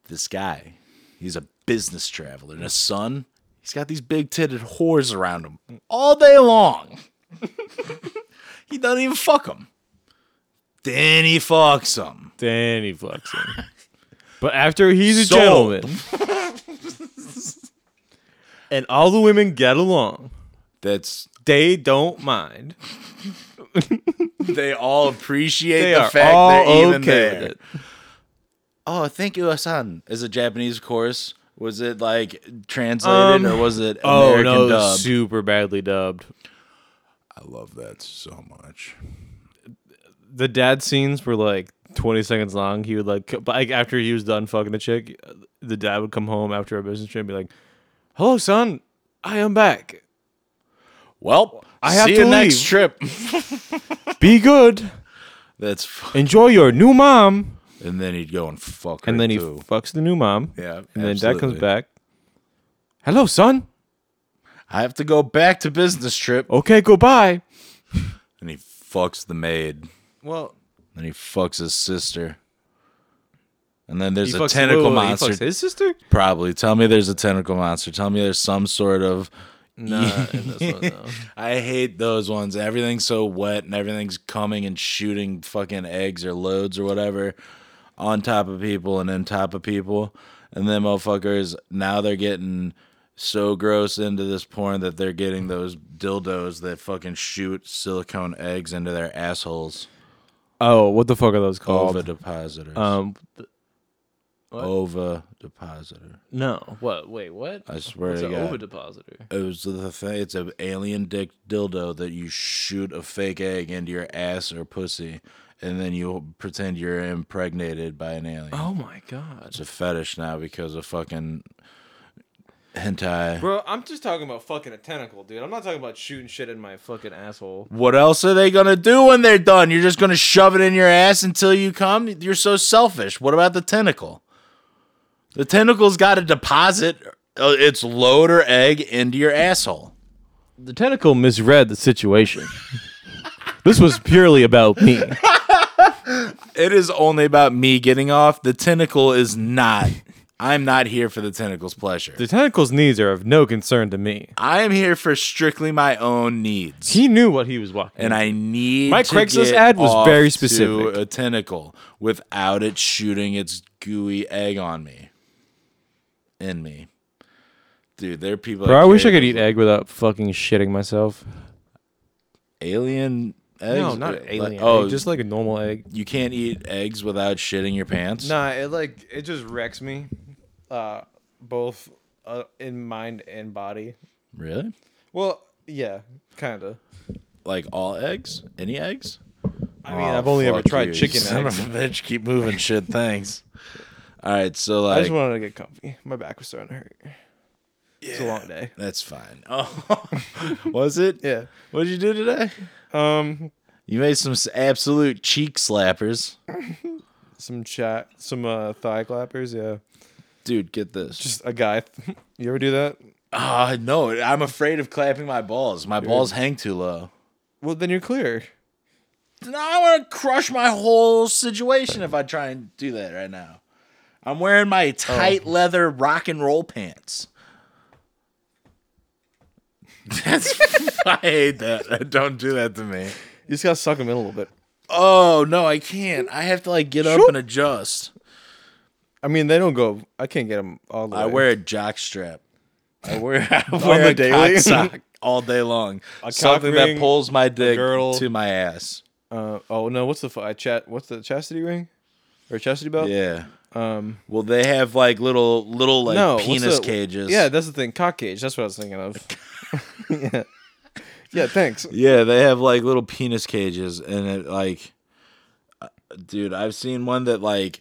This guy, he's a business traveler and his son, he's got these big titted whores around him all day long. <laughs> he doesn't even fuck them. Then he fucks them. then he fucks him but after he's a Sold. gentleman <laughs> and all the women get along That's they don't mind. they all appreciate They the are fact all they're even okay there. with it. Oh, thank you, Asan. Is a Japanese chorus? Was it like translated Um, or was it Oh American no, it was dub? super badly dubbed. I love that so much. The dad scenes were like 20 seconds long. He would like, c- but, like after he was done fucking the chick, the dad would come home after a business trip and be like, "Hello, son, I am back. Well, I have see to you next leave. trip. <laughs> Be good. That's fu- Enjoy your new mom." and then he'd go and fuck her And then he too. fucks the new mom. yeah, and then dad comes absolutely. back. Hello, son. I have to go back to business trip. Okay, goodbye. And he fucks the maid. Well, Then he fucks his sister. And then there's he a fucks, tentacle wait, wait, wait, he monster. fucks his sister. Probably. Tell me there's a tentacle monster. Tell me there's some sort of. <laughs> Nah, in this one, no. I hate those ones. Everything's so wet and everything's coming and shooting fucking eggs or loads or whatever on top of people and in top of people. And then motherfuckers, now they're getting so gross into this porn that they're getting those dildos that fucking shoot silicone eggs into their assholes. Oh, what the fuck are those called? Ova depositors. Um, Ova depositor. no. What? Wait, what? I swear It's to an God. overdepositor. It was the thing. It's an alien dick dildo that you shoot a fake egg into your ass or pussy, and then you pretend you're impregnated by an alien. Oh my god, It's a fetish now because of fucking hentai. bro! I'm just talking about fucking a tentacle, dude. I'm not talking about shooting shit in my fucking asshole. What else are they gonna do when they're done? You're just gonna shove it in your ass until you come. You're so selfish. What about the tentacle? The tentacle's got to deposit uh, its load or egg into your asshole. The tentacle misread the situation. <laughs> this was purely about me. It is only about me getting off. The tentacle <laughs> is not. I'm not here for the tentacle's pleasure. The tentacle's needs are of no concern to me. I am here for strictly my own needs. He knew what he was walking. And I need My to Craigslist get ad was off very to specific. a tentacle without it shooting its gooey egg on me. In me. Dude, there are people Bro, that I wish I carry could eat egg without fucking shitting myself. alien eggs. No, not Like- alien. oh, egg, just like a normal egg. you can't eat eggs without shitting your pants. Nah, it like it just wrecks me, uh, both uh, in mind and body. Really? Well, yeah, kind of. like all eggs? Any eggs? I mean, Oh, I've only ever tried chicken Son eggs. of a bitch, keep moving shit. <laughs> Thanks. All right, so I like just wanted to get comfy. My back was starting to hurt. It's a long day. that's fine. Oh, <laughs> was it? Yeah. What did you do today? Um, You made some s- absolute cheek slappers, some chat, some uh, thigh clappers. Yeah, dude. Get this. just a guy. <laughs> you ever do that? Ah, no, I'm afraid of clapping my balls. My balls hang too low. Well, then you're clear. No, I want to crush my whole situation if I try and do that right now. I'm wearing my tight leather rock and roll pants. That's <laughs> I hate that. <laughs> Don't do that to me. You just gotta suck them in a little bit. Oh no, I can't. I have to like get up Sure. and adjust. I mean, they don't go. I can't get them all the I way. wear a jock strap. I wear, <laughs> I On wear the a daily? cock <laughs> sock all day long. cock Something ring, that pulls my dick girdle. to my ass. Uh, oh no, what's the fi- chat? What's the chastity ring or chastity belt? Yeah. Um. Well, they have like little little like no, what's penis the- cages. Yeah, that's the thing. Cock cage. That's what I was thinking of. <laughs> yeah. Yeah. Thanks. Yeah, they have like little penis cages, and it like, uh, dude, I've seen one that like,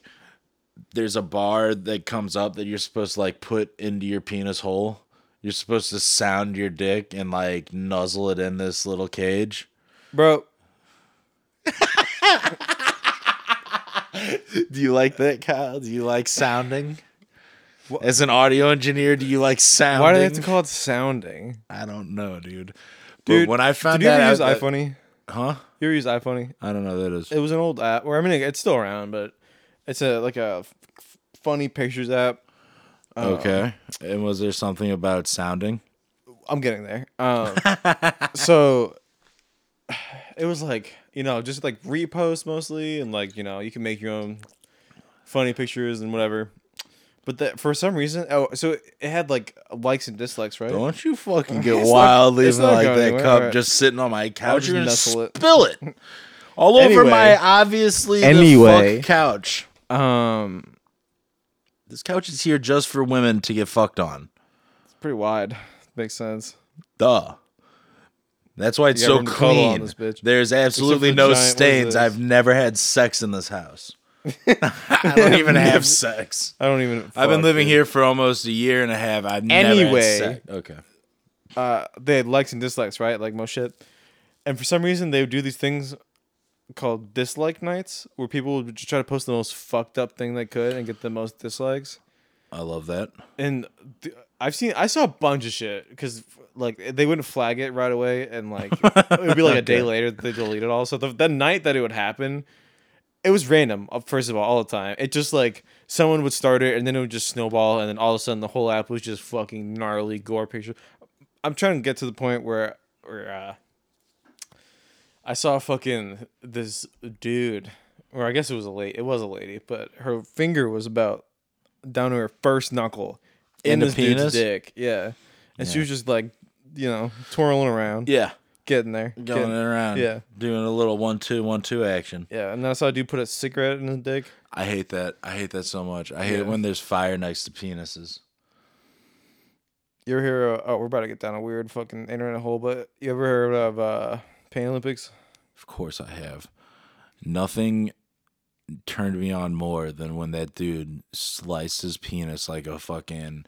there's a bar that comes up that you're supposed to like put into your penis hole. You're supposed to sound your dick and like nuzzle it in this little cage. Bro, Do you like that, Kyle? Do you like sounding? As an audio engineer, do you like sounding? why do they have to call it sounding? I don't know, dude. Dude, but when I found Did you that ever out, use that- iPhoney? huh? You ever use iPhoney? I don't know what that is. It was an old app, or I mean, it's still around, but it's a like a f- f- funny pictures app. okay. And was there something about sounding? I'm getting there. <laughs> Um, so <sighs> it was like you know, just like repost mostly, and like you know, you can make your own funny pictures and whatever. But that for some reason, oh, so it had like likes and dislikes, right? Don't you fucking <laughs> get It's not- wild it's leaving not like going that anywhere, cup alright. just sitting on my couch. just You're gonna nuzzle it. <laughs> spill it all over Anyway. my obviously the Anyway. fuck couch. Um, This couch is here just for women to get fucked on. it's pretty wide. Makes sense. Duh. That's why it's You got so room to cuddle on clean. this bitch. There's absolutely the no giant- what is stains. this? I've never had sex in <laughs> this house. <laughs> I don't even have sex. I don't even. I've been fuck, living dude. here for almost a year and a half. I've never Anyway. had sex. Okay. uh, they had likes and dislikes, right? Like most shit. And for some reason, they would do these things called dislike nights, where people would just try to post the most fucked up thing they could and get the most dislikes. I love that. And th- I've seen, I saw a bunch of shit because like they wouldn't flag it right away, and like it would be like a day later that they delete it all. So the, the night that it would happen, it was random. uh, First of all, all the time, it just like someone would start it, and then it would just snowball, and then all of a sudden the whole app was just fucking gnarly gore pictures. I'm trying to get to the point where where uh, I saw fucking this dude, or I guess it was a lady. It was a lady, but her finger was about down to her first knuckle in, In the this dude's penis? dick. Yeah, and she was just like, you know, twirling around, Yeah. getting there, Going getting- around. yeah. Doing a little one two one two action. Yeah, and then I saw a dude put a cigarette in his dick. I hate that. I hate that so much. I hate Yeah. it when there's fire next to penises. You ever hear? Uh, oh, we're about to get down a weird fucking internet hole, but you ever heard of uh, Pan Olympics? Of course I have. Nothing turned me on more than when that dude sliced his penis like a fucking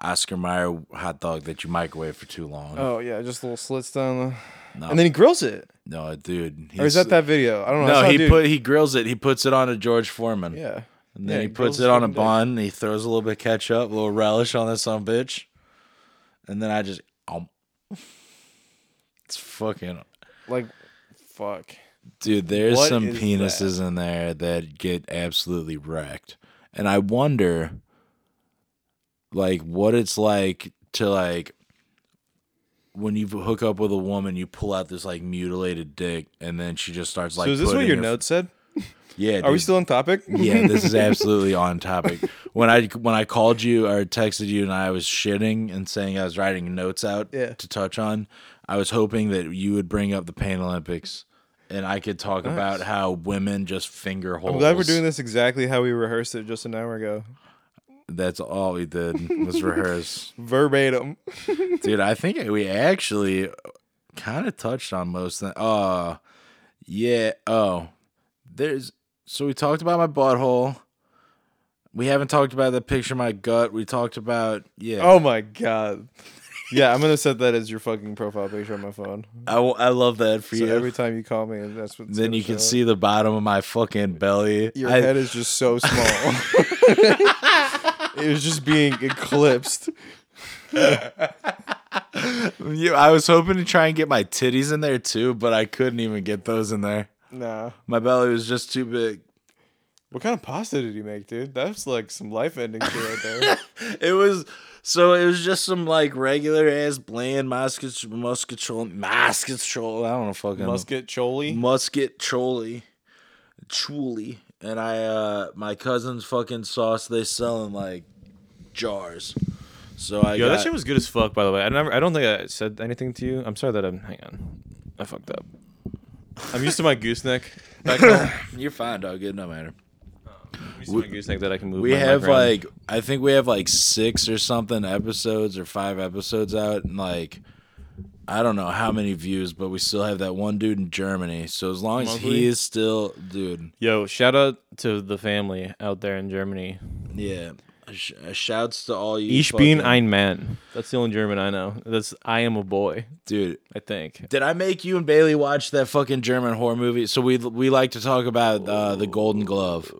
Oscar Mayer hot dog that you microwave for too long. Oh yeah, just little slits down, the... No. and then he grills it. No, dude. Or is he's- that that video? I don't know. I No, saw a he dude- put he grills it. He puts it on a George Foreman. Yeah. And then Yeah, he he puts grills it on a fucking dick. bun. And he throws a little bit of ketchup, a little relish on this son of a bitch. And then I just, um, <laughs> it's fucking Like, fuck. Dude, there's What some is penises in there that get absolutely wrecked. And I wonder like what it's like to like when you hook up with a woman, you pull out this like mutilated dick and then she just starts like so is this putting what your her- notes said? Yeah. Are we dude. still on topic? <laughs> yeah, this is absolutely on topic. When I when I called you or texted you and I was shitting and saying I was writing notes out Yeah. to touch on, I was hoping that you would bring up the Pan Olympics and I could talk about how women just finger <laughs> holes. I'm glad we're doing this exactly how we rehearsed it just an hour ago, That's all we did was rehearse. <laughs> verbatim. Dude, I think we actually kind of touched on most of that. Uh yeah. Oh. There's so we talked about my butthole. We haven't talked about the picture of my gut. We talked about yeah. Oh my god. Yeah, I'm gonna set that as your fucking profile picture on my phone. I, w- I love that for So you. every time you call me, that's what. then you can see the bottom of my fucking belly. your I- head is just so small. it was just being eclipsed. you- I was hoping to try and get my titties in there too, but I couldn't even get those in there. Nah. My belly was just too big. What kind of pasta did you make, dude? That's like some life-ending shit right there. It was so it was just some like regular ass bland musket musket troll musket troll. I don't know fucking Musket choli. musket trolley truly. And I uh my cousin's fucking sauce they sell in like jars. So I Yo, got that shit was good as fuck. By the way, I never. I don't think I said anything to you. I'm sorry that I'm. Hang on, I fucked up. I'm used to my gooseneck. Back home. <coughs> you're fine dog, it no matter. I'm used to my gooseneck that I can move. We my mic have around. like I think we have like six or something episodes or five episodes out and like I don't know how many views, but we still have that one dude in Germany. So as long as Monthly? he is still dude, Yo, shout out to the family out there in Germany. yeah. Sh- shouts to all you Ich bin fucking- ein Mann. That's the only German I know. That's I am a boy. dude. I think. Did I make you and Bailey watch that fucking German horror movie? So we we like to talk about uh, the Golden Glove.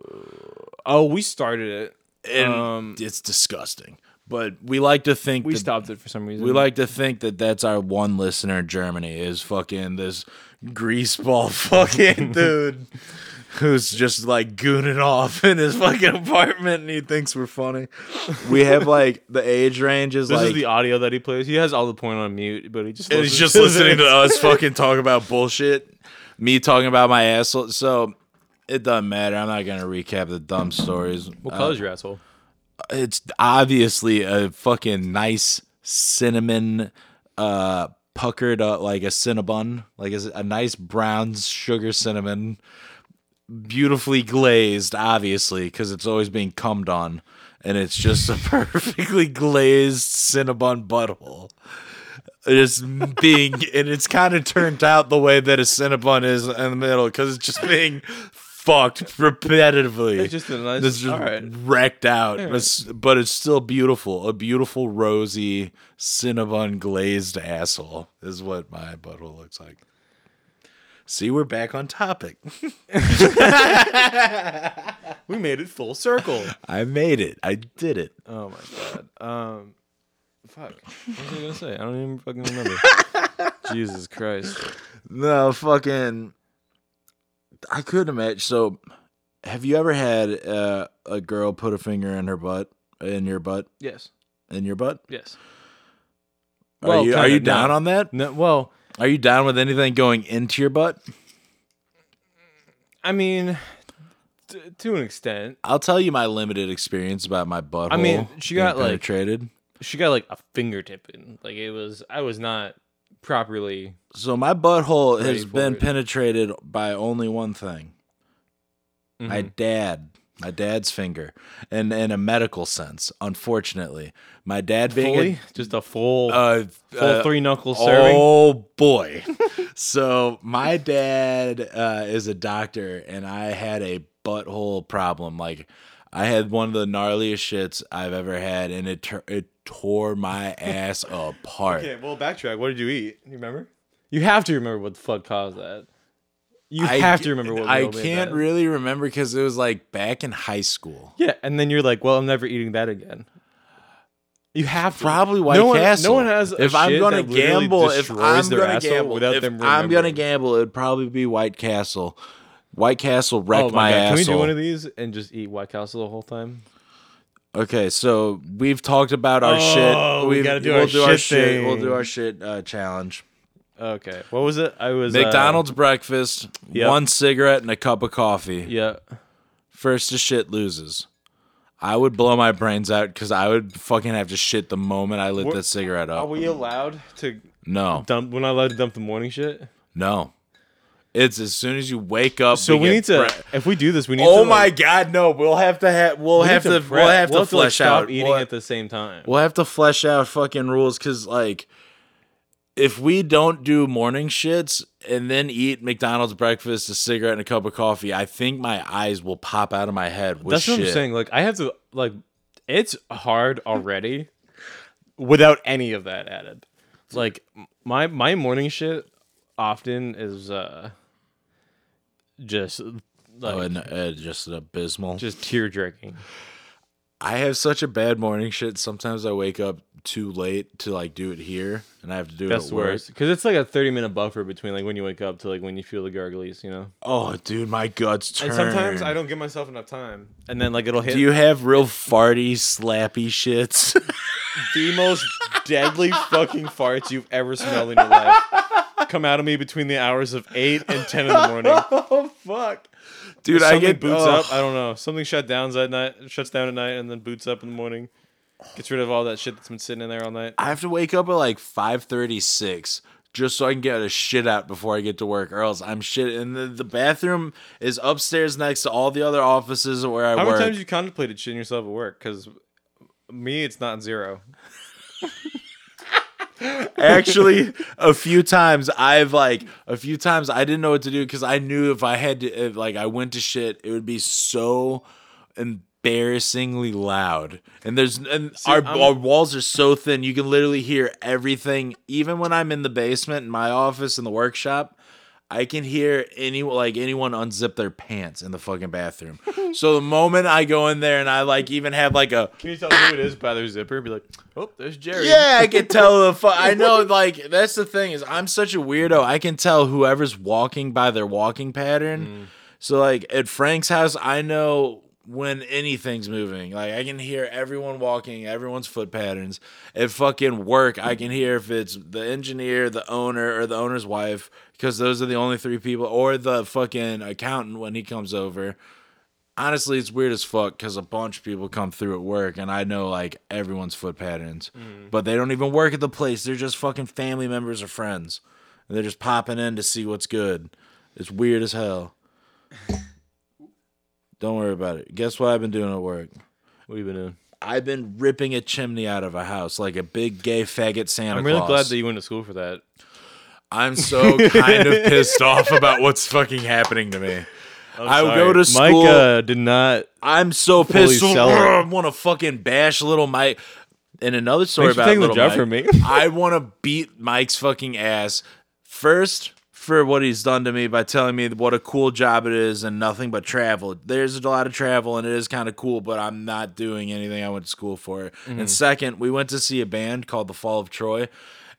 Oh, we started it. And um, it's disgusting, but we like to think we that- stopped it for some reason. We like to think that that's our one listener in Germany is fucking this greaseball <laughs> fucking dude who's just like gooning off in his fucking apartment and he thinks we're funny. We have like the age range is this like is the audio that he plays. He has all the point on mute, but he just and he's <laughs> just listening to <laughs> us fucking talk about bullshit. Me talking about my asshole. So it doesn't matter. I'm not gonna recap the dumb stories. What color's your asshole? it's obviously a fucking nice cinnamon uh puckered up like a cinnabon like is a nice brown sugar cinnamon beautifully glazed obviously because it's always being cummed on and it's just a <laughs> perfectly glazed cinnabon butthole it's being and it's kind of turned out the way that a cinnabon is in the middle because it's just being fucked repetitively It's just a nice. that's just all right. wrecked out, but, s- but it's still beautiful. A beautiful, rosy, cinnamon glazed asshole is what my butthole looks like. See, we're back on topic. We made it full circle. I made it. I did it. <laughs> Oh my god. Um, fuck. What was I gonna say? I don't even fucking <laughs> remember. Jesus Christ. No, fucking. I couldn't imagine. So, have you ever had uh, a girl put a finger in her butt? In your butt? Yes. In your butt? Yes. are Well, you, are kinda, you down no. on that? No. Well, Are you down with anything going into your butt? I mean, t- to an extent, I'll tell you my limited experience about my butthole. mean, she being got, like- penetrated. she got like a fingertip in. Like it was. I was not properly. So my butthole Ready has for been it. penetrated by only one thing: Mm-hmm. my dad, my dad's finger, and in a medical sense, unfortunately, my dad being a- Fully, just a full, uh, full uh, three knuckle serving. Oh <laughs> boy! so my dad uh, is a doctor, and I had a butthole problem. Like I had one of the gnarliest shits I've ever had, and it tur it <laughs> tore my ass <laughs> apart. Okay, well, backtrack. What did you eat? You remember? You have to remember what the fuck caused that. You I have ca- to remember what. I made can't that. really remember because it was like back in high school. Yeah, and then you're like, well, I'm never eating that again. You have to. Probably White no one, Castle. No one has. a If I'm shit gonna that literally gamble, if destroys I'm their gonna asshole gamble, without if them I'm gonna remembering. gamble, it'd probably be White Castle. White Castle wrecked Oh my, god! asshole. Can we do one of these and just eat White Castle the whole time? Okay, so we've talked about our Oh, shit. we We've- gotta do we'll our shit We'll thing. do our shit uh, challenge. Okay. What was it? I was uh, McDonald's breakfast, Yep. one cigarette and a cup of coffee. yeah. First to shit loses. I would blow my brains out because I would fucking have to shit the moment I lit that cigarette Are up. we allowed to? no, Dump. We're not allowed to dump the morning shit. no. It's as soon as you wake up. So we get need to. bre- if we do this, we need. oh to, my like, god, no! We'll have to have. We'll we need have to. prep. we'll have to like, flesh stop out eating We'll- at the same time. We'll have to flesh out fucking rules because like if we don't do morning shits and then eat McDonald's breakfast, a cigarette, and a cup of coffee, I think my eyes will pop out of my head. With That's shit. what I'm saying. Like I have to like it's hard already without any of that added. Like m- my my morning shit often is uh just like Oh, and uh, just abysmal. just tear jerking. I have such a bad morning shit. Sometimes I wake up too late to like do it here, and I have to do it That's at work. worse because it's like a 30 minute buffer between like when you wake up to like when you feel the gargles, you know. Oh, dude, my guts turn. And sometimes I I don't give myself enough time. And then like it'll hit Do you have real farty, slappy shits? <laughs> The most deadly fucking farts you've ever smelled in your life come out of me between the hours of eight and ten in the morning. <laughs> oh fuck. Dude, I Something get boots oh. up. I don't know. Something shut downs at night, shuts down at night, and then boots up in the morning. Gets rid of all that shit that's been sitting in there all night. I have to wake up at like five thirty six just so I can get a shit out before I get to work, or else I'm shit. And the, the bathroom is upstairs next to all the other offices where I How work. many times you contemplated shitting yourself at work? Because me, it's not zero. Actually, a few times I've like a few times I didn't know what to do because I knew if I had to if, like I went to shit, it would be so embarrassingly loud. And there's and our I'm- our walls are so thin, you can literally hear everything. Even when I'm in the basement in my office in the workshop, I can hear any like anyone unzip their pants in the fucking bathroom. so the moment I go in there and I like even have like a Can you tell me who it is by their zipper? Be like, oh, there's Jerry. yeah, I can tell the fu- I know, like that's the thing is I'm such a weirdo. I can tell whoever's walking by their walking pattern. So like at Frank's house, I know when anything's moving. Like I can hear everyone walking, everyone's foot patterns. At fucking work, I can hear if it's the engineer, the owner, or the owner's wife, because those are the only three people, or the fucking accountant when he comes over honestly it's weird as fuck because a bunch of people come through at work and i know like everyone's foot patterns Mm-hmm. but they don't even work at the place they're just fucking family members or friends and they're just popping in to see what's good it's weird <laughs> as hell don't worry about it guess what i've been doing at work What have you been doing? i've been ripping a chimney out of a house like a big gay faggot santa I'm really Claus. glad that you went to school for that. <laughs> i'm so kind of pissed off about what's fucking happening to me i go to school Mike uh, did not I'm so pissed. <laughs> sell it. I want to fucking bash little Mike. And another story Thanks for about taking the little job Mike. from me. <laughs> <laughs> I want to beat Mike's fucking ass first for what he's done to me by telling me what a cool job it is and nothing but travel. There's a lot of travel and it is kind of cool, but I'm not doing anything I went to school for. Mm-hmm. And second, we went to see a band called The Fall of Troy.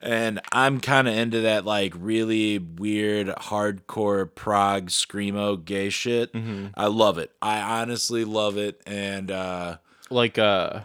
And I'm kind of into that like really weird hardcore prog screamo gay shit. Mm-hmm. I love it. I honestly love it. And uh like uh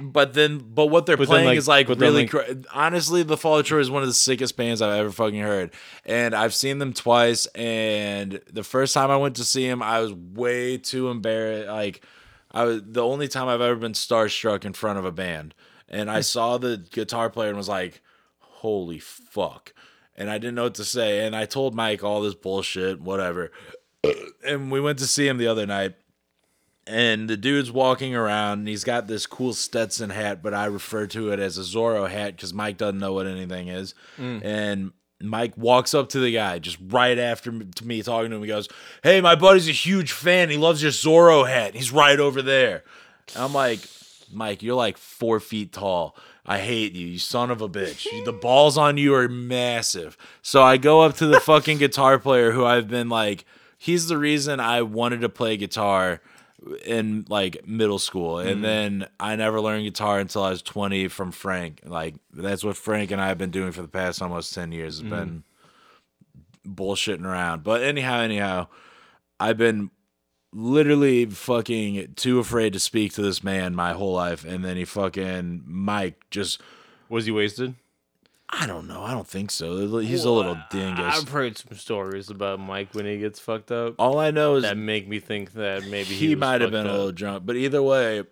but then, but what they're But then, playing like- is like but then, really. like- cra- honestly, the Fall of Troy is one of the sickest bands I've ever fucking heard, and I've seen them twice. And the first time I went to see him, I was way too embarrassed. Like, I was the only time I've ever been starstruck in front of a band, and Hmm. I saw the guitar player and was like, "Holy fuck!" And I didn't know what to say, and I told Mike all this bullshit, whatever. <coughs> and we went to see him the other night and the dude's walking around and he's got this cool Stetson hat, but I refer to it as a Zorro hat because Mike doesn't know what anything is. And Mike walks up to the guy just right after m- to me talking to him. He goes, Hey, my buddy's a huge fan. He loves your Zorro hat. He's right over there. And I'm like, Mike, you're like four feet tall. I hate you, you son of a bitch. You- the balls on you are massive. So I go up to the fucking guitar player who I've been like, he's the reason I wanted to play guitar in like middle school and then i never learned guitar until i was 20 from frank like that's what frank and i have been doing for the past almost 10 years has been bullshitting around but anyhow anyhow i've been literally fucking too afraid to speak to this man my whole life and then he fucking mike just was he wasted? i don't know i don't think so he's a little dingus I've heard some stories about Mike when he gets fucked up all i know is that make me think that maybe Oh, he, he, was might have fucked been a up. little drunk, but either way,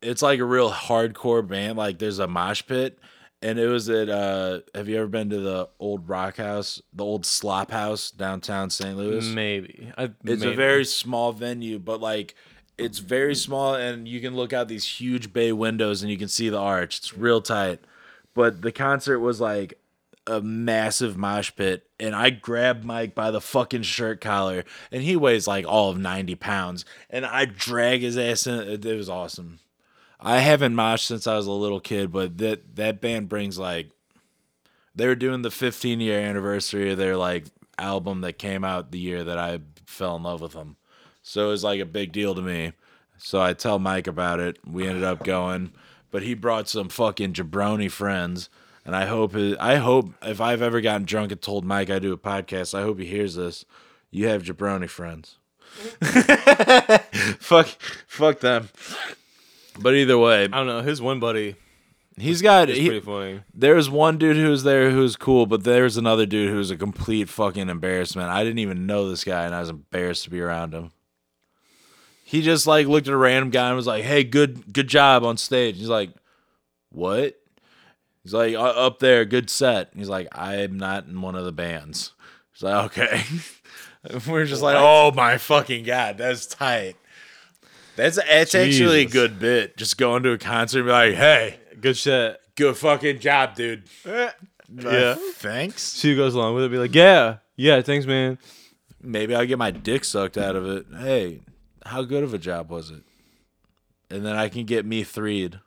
it's like a real hardcore band. Like there's a mosh pit, and it was at. Uh, have you ever been to the old Rock House, the old Slop House downtown St. Louis? maybe. I, It's maybe. a very small venue, but like it's very small, and you can look out these huge bay windows, and you can see the arch. It's real tight. but the concert was like a massive mosh pit and i grabbed mike by the fucking shirt collar and he weighs like all of 90 pounds and i drag his ass in it it was awesome i haven't moshed since i was a little kid but that that band brings like they were doing the 15 year anniversary of their like album that came out the year that i fell in love with them so it was like a big deal to me so i tell mike about it we ended up going but he brought some fucking jabroni friends and i hope it, i hope if i've ever gotten drunk and told mike i do a podcast i hope he hears this you have jabroni friends <laughs> fuck fuck them but either way I don't know. His one buddy he's got is he- pretty funny. there was one dude who was there who was cool, but there was another dude who was a complete fucking embarrassment. I didn't even know this guy, and I was embarrassed to be around him. He just like looked at a random guy and was like, "Hey, good, good job on stage." He's like, "What?" He's like, "Uh, "Up there, good set." He's like, "I'm not in one of the bands." He's like, "Okay." <laughs> We're just like, "Oh my fucking god, that's tight." That's that's actually a Jesus. good bit. Just going to a concert and be like, "Hey." Good shit. Good fucking job, dude. Yeah. Thanks. She goes along with it, be like, yeah, yeah, thanks, man. Maybe I'll get my dick sucked out of it. Hey, how good of a job was it? And then I can get me threed.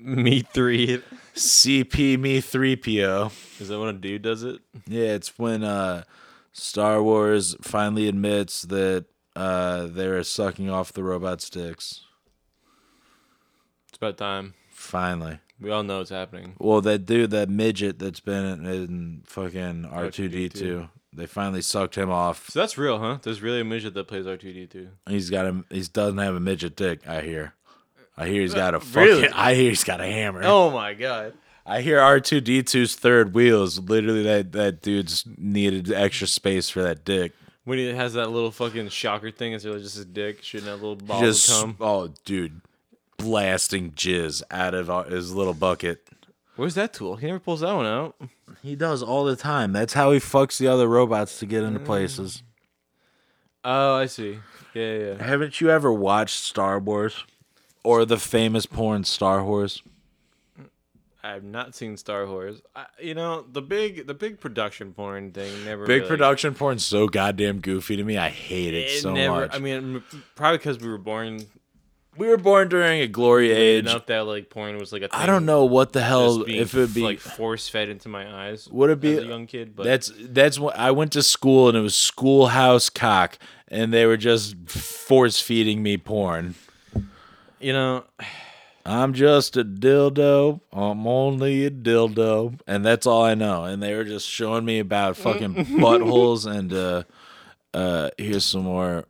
Me three. CP me three PO. Is that when a dude does it? Yeah, it's when uh Star Wars finally admits that uh they're sucking off the robot sticks. It's about time. Finally. We all know it's happening. Well, that dude, that midget that's been in fucking R two D two, R2D2. they finally sucked him off. So that's real, huh? There's really a midget that plays R2D2. He's got a he doesn't have a midget dick. I hear. I hear he's got a fucking. Uh, Really? I hear he's got a hammer. <laughs> Oh my god. I hear R two D 2s third wheels. Literally, that that dude's needed extra space for that dick. When he has that little fucking shocker thing, it's really just his dick shooting that little ball Just of cum. oh, dude, blasting jizz out of uh, his little bucket. Where's that tool? He never pulls that one out. He does all the time. That's how he fucks the other robots to get Mm. into places. Oh, I see. Yeah, yeah, yeah. Haven't you ever watched Star Wars or the famous porn Star Wars? I've not seen Star Wars. I, you know the big the big production porn thing never Big really- production porn's so goddamn goofy to me. I hate it, It so never. much. I mean, m- probably because we were born we were born during a glory age. enough that like porn was like a. Thing I don't know what the hell just being, if it'd be. like force fed into my eyes. Would it be- as a young kid? But that's that's what I went to school and it was schoolhouse cock, and they were just force feeding me porn. you know, I'm just a dildo. I'm only a dildo, and that's all I know. And they were just showing me about fucking buttholes and uh, uh, here's some more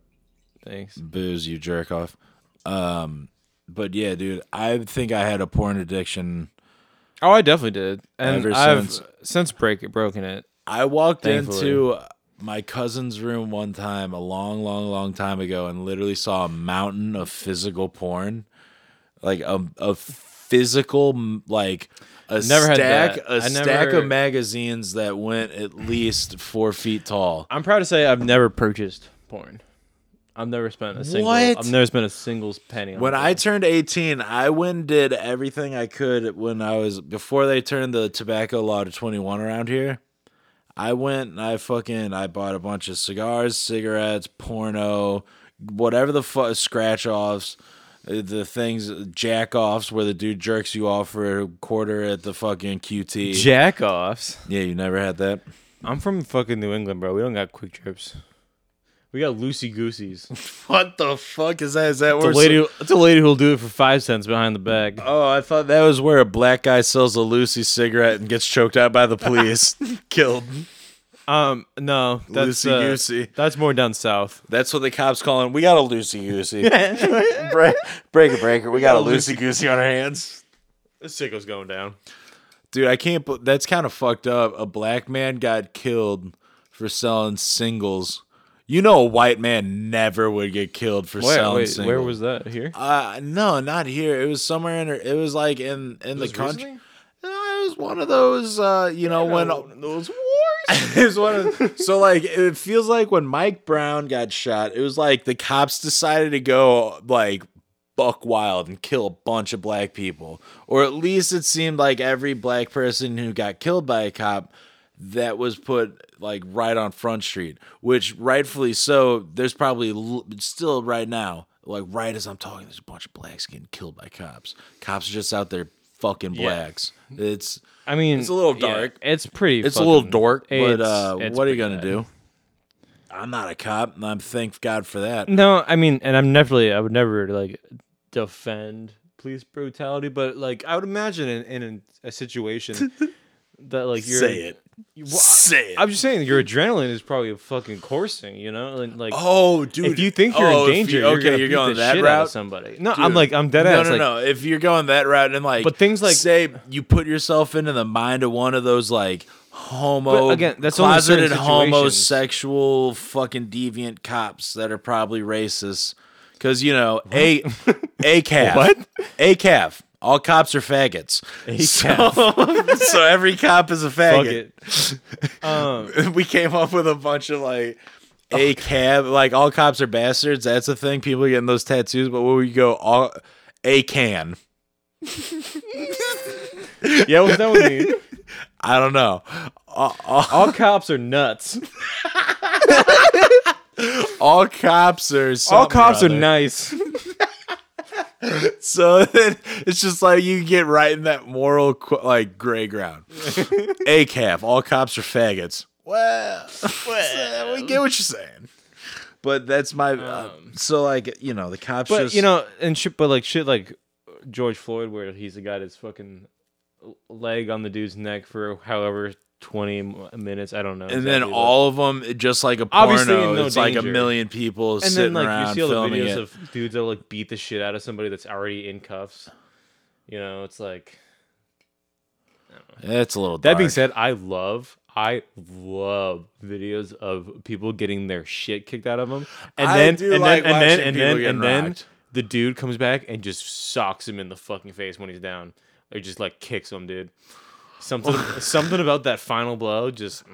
thanks. booze, you jerk off. Um, but yeah, dude, I think I had a porn addiction. Oh, I definitely did, and Ever I've since- since break broken it. I walked Thankfully. into my cousin's room one time a long, long, long time ago and literally saw a mountain of physical porn. Like a, a physical, m- like a Never had stack, that. a I stack never- of magazines that went at least four feet tall. I'm proud to say I've never purchased porn. I've never spent a single. What? I've never spent a single penny. On When it. I turned 18, I went and did everything I could when I was before they turned the tobacco law to 21 around here. I went and I fucking I bought a bunch of cigars, cigarettes, porno, whatever the fuck scratch offs, the things jack offs where the dude jerks you off for a quarter at the fucking QT. jack offs. yeah, you never had that. I'm from fucking New England, bro. We don't got quick trips. We got loosey gooseys. What the fuck is that? Is that It's a lady. It's a lady who'll do it for five cents behind the bag. Oh, I thought that was where a black guy sells a Lucy cigarette and gets choked out by the police, <laughs> killed. Um, no, that's uh, Loosey-goosey. that's more down south. That's what the cops call him. We got a Lucy <laughs> Goosey. Break, breaker, breaker. We got <laughs> a Lucy Goosey on our hands. This sicko's going down. Dude, I can't. bel- That's kind of fucked up. A black man got killed for selling singles. You know, a white man never would get killed for Wait, selling wait, singles. where was that? Here? Uh, no, not here. It was somewhere in. It was like in in the was country. recently? No, it was one of those. Uh, you know, when those wars. <laughs> it was one of so like it feels like when Mike Brown got shot, it was like the cops decided to go like buck wild and kill a bunch of black people. Or at least it seemed like every black person who got killed by a cop that was put like right on Front Street, which rightfully so, there's probably l- still right now, like right as I'm talking, there's a bunch of blacks getting killed by cops. Cops are just out there fucking blacks. It's I mean, It's a little yeah, dark. it's pretty. it's a little fucking- dork, but it's- uh, it's what are you pretty gonna bad. do? I'm not a cop, and I'm thank God for that. No, I mean, and I'm definitely, I would never like defend police brutality, but like I would imagine in, in a <laughs> situation that like you're Say it. you- well, I- Say it. I'm just saying your adrenaline is probably fucking coursing, you know, and like. oh, dude. If you think you're Oh, in if danger, you- you, are okay, gonna you're beat going the that shit out route? of somebody. No, I'm like I'm dead no, ass. no, like, no. If you're going that route and like, But things like- say you put yourself into the mind of one of those like homo, But again, that's only certain closeted homosexual fucking deviant cops that are probably racist. Because you know, a <laughs> a calf, What? a calf. All cops are faggots. So, <laughs> so every cop is a Fuck faggot. it. <laughs> Um, we came up with a bunch of like Oh. a cab like all cops are bastards that's the thing people are getting those tattoos but where we go all a can yeah, what that would mean. i don't know all, all, All cops are <laughs> nuts. all cops are All cops are nuts. nice. so <laughs> then it's just like you get right in that moral qu- like <laughs> gray ground a cap all cops are faggots <laughs> well, well. we get what you're saying but that's my uh, so like you know the cops <laughs> Um. But just you know, and shit, but like shit, like George Floyd, where he's the guy that's fucking leg on the dude's neck for however twenty m- minutes. I don't know. and then exactly, but- all of them just like a Obviously porno. in no it's like a danger. million people and sitting then like around you see all the filming videos it. of dudes that like beat the shit out of somebody that's already in cuffs. You know, it's like That's a little. that Dark. being said, I love. I love videos of people getting their shit kicked out of them, and I then do and like then and then watching and people then getting and then rocked. the dude comes back and just socks him in the fucking face when he's down, or just like kicks him, dude. <laughs> Something something about that final blow, just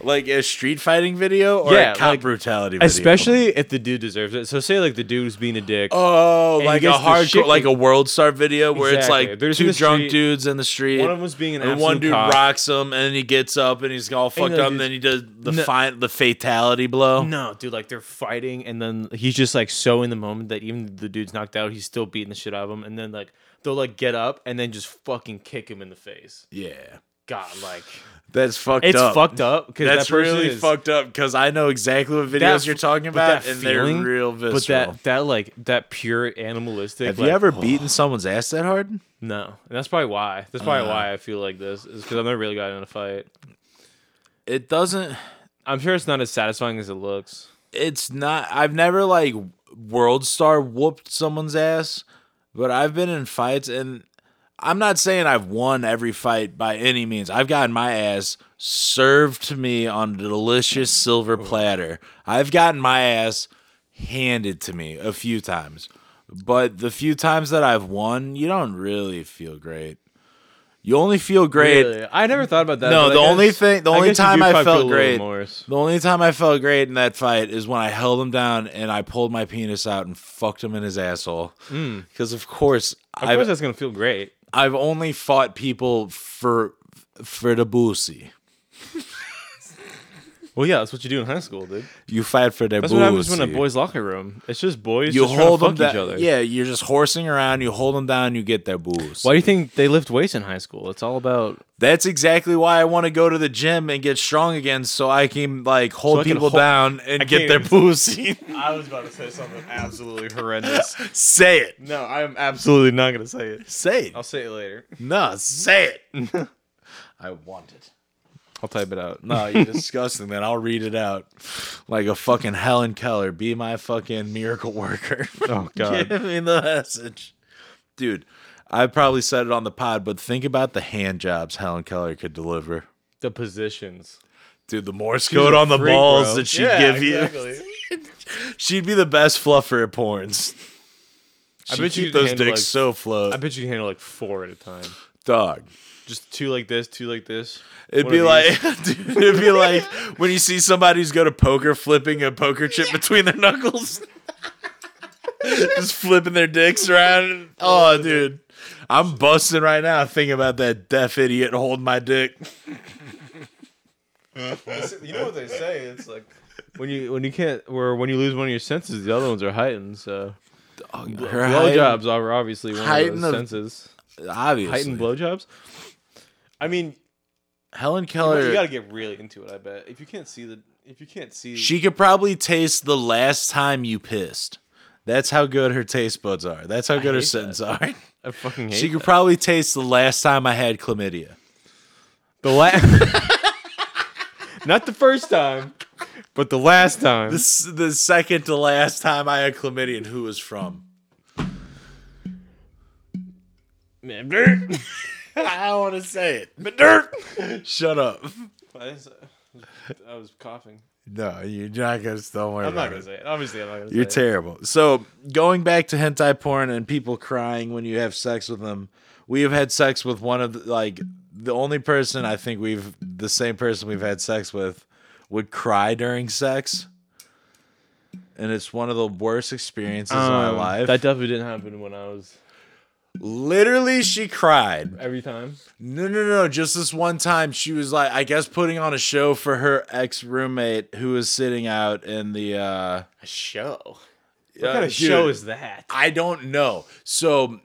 like a street fighting video or Yeah, a cop like- brutality, video? especially if the dude deserves it. So say like the dude's being a dick. Oh, he like a gets the shit hardcore, like kicked- a world star video where Exactly. it's like They're just in two the drunk street. dudes in the street. One of them's being an and one absolute dude cock. rocks him, and he gets up, and he's all fucked then up, and dude- then he does the No. fi- the fatality blow. No, dude, like they're fighting, and then he's just like so in the moment that even the dude's knocked out, he's still beating the shit out of him, and then like they'll like get up and then just fucking kick him in the face. Yeah, God, like that's fucked it's up. fucked up because That's that person really is, fucked up because I know exactly what videos that f- you're talking but that about, and feeling- they're real visceral. But that that like that pure animalistic. Have like, you ever beaten someone's ass that hard? No, and that's probably why. That's probably Uh. why I feel like this is because I've never really gotten in a fight. It doesn't. I'm sure it's not as satisfying as it looks. It's not. I've never like world star whooped someone's ass, but I've been in fights, and I'm not saying I've won every fight by any means. I've gotten my ass served to me on a delicious silver platter. I've gotten my ass handed to me a few times, but the few times that I've won, you don't really feel great. You only feel great Really? I never thought about that. No, but I the only guess- thing- the I only guess you time do I probably felt feel a little great- remorse. The only time I felt great in that fight is when I held him down and I pulled my penis out and fucked him in his asshole. Because of course, Hmm. Of I've course, that's gonna feel great. I've only fought people for for the boosie. Well, yeah, that's what you do in high school, dude. You fight for the That's boosie. what happens when a boys' locker room. It's just boys you just hold trying them to fuck down. each other. Yeah, you're just horsing around. You hold them down. You get their booze. Why do you think they lift weights in high school? It's all about That's exactly why I want to go to the gym and get strong again, so I can like hold I can people hol- down and I get can't their even- boozy. I was about to say something absolutely <laughs> horrendous. <laughs> say it. No, I'm absolutely not gonna say it. Say it. I'll say it later. No, say it. <laughs> I want it. I'll type it out. No, you're disgusting. Then I'll read it out like a fucking Helen Keller. Be my fucking miracle worker. <laughs> <laughs> Oh god. Give me the message, dude. I probably said it on the pod, but think about the hand jobs Helen Keller could deliver. The positions. Dude, the Morse a code on the freak, balls bro. that she'd give you. She'd be the best fluffer at porns. She'd bet you keep could those handle, dicks like- so float. I bet you can handle like four at a time. Dog. Just two like this, two like this. It'd One be of like, <laughs> dude, it'd be like when you see somebody who's go to poker flipping a poker chip between their knuckles. <laughs> just flipping their dicks around. Oh, dude, I'm busting right now thinking about that deaf idiot holding my dick. You know what they say? It's like When you when you can't or when you lose one of your senses, the other ones are heightened. So Her blowjobs are obviously one of heighten those of- senses. obviously. Heightened blowjobs. I mean, Helen you got to Keller. get really into it. I bet if you can't see the if you can't see She could probably taste the last time you pissed. That's how good her taste buds are. That's how good her senses are. I fucking hate She could probably taste the last time I had chlamydia. the <laughs> last. Not the first time, but the last <laughs> time. This the second to last time I had chlamydia and who was from. I don't want to say it. But dirt. Shut up. I was, I was coughing. No, you're not gonna. Don't worry. I'm not gonna say it. Obviously, I'm not gonna You're say it. terrible. So going back to hentai porn and people crying when you have sex with them, we have had sex with one of the, like the only person I think we've the same person we've had sex with would cry during sex, and it's one of the worst experiences of my Um, life. That definitely didn't happen when I was Literally, she cried. every time. No, no, no. Just this one time, she was like, I guess putting on a show for her ex roommate who was sitting out in the. uh A show. What uh, kind of dude, show is that? I don't know. So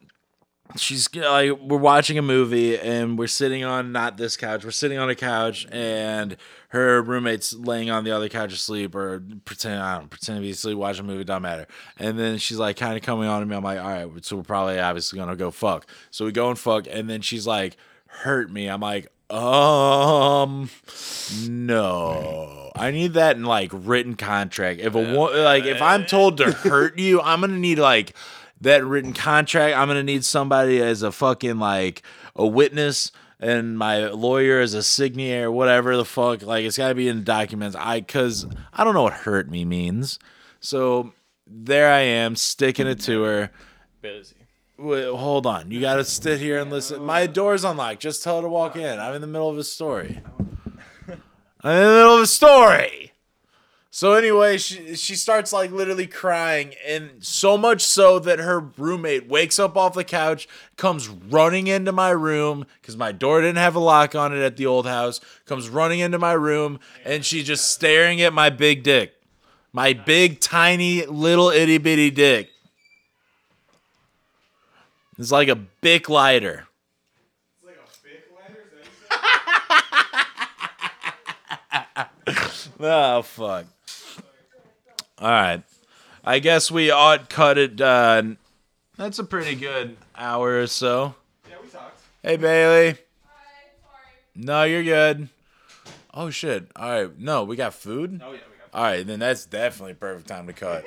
she's like, we're watching a movie and we're sitting on not this couch. We're sitting on a couch and her roommate's laying on the other couch asleep or pretend I don't pretend to be asleep, watching a movie, don't matter. And then she's like, kind of coming on to me. I'm like, all right, so we're probably obviously gonna go fuck. So we go and fuck, and then she's like, hurt me. I'm like. Um, no, I need that in like written contract. If a wo- like if I'm told to hurt you, I'm gonna need like that written contract. I'm gonna need somebody as a fucking like a witness and my lawyer as a signier, whatever the fuck. Like it's gotta be in documents. I cause I don't know what hurt me means. So there I am sticking it to her. Busy. Wait, hold on. You gotta sit here and listen. My door's unlocked. Just tell her to walk in. I'm in the middle of a story. I'm in the middle of a story. So anyway, she she starts like literally crying, and so much so that her roommate wakes up off the couch, comes running into my room because my door didn't have a lock on it at the old house. Comes running into my room, and she's just staring at my big dick, my big tiny little itty bitty dick. It's like a Bic lighter. It's like a Bic lighter? <laughs> oh, fuck. All right. I guess we ought cut it. Uh, that's a pretty good hour or so. Yeah, we talked. Hey, Bailey. No, you're good. Oh, shit. All right. No, we got food? Oh, yeah, we got All right, then that's definitely perfect time to cut.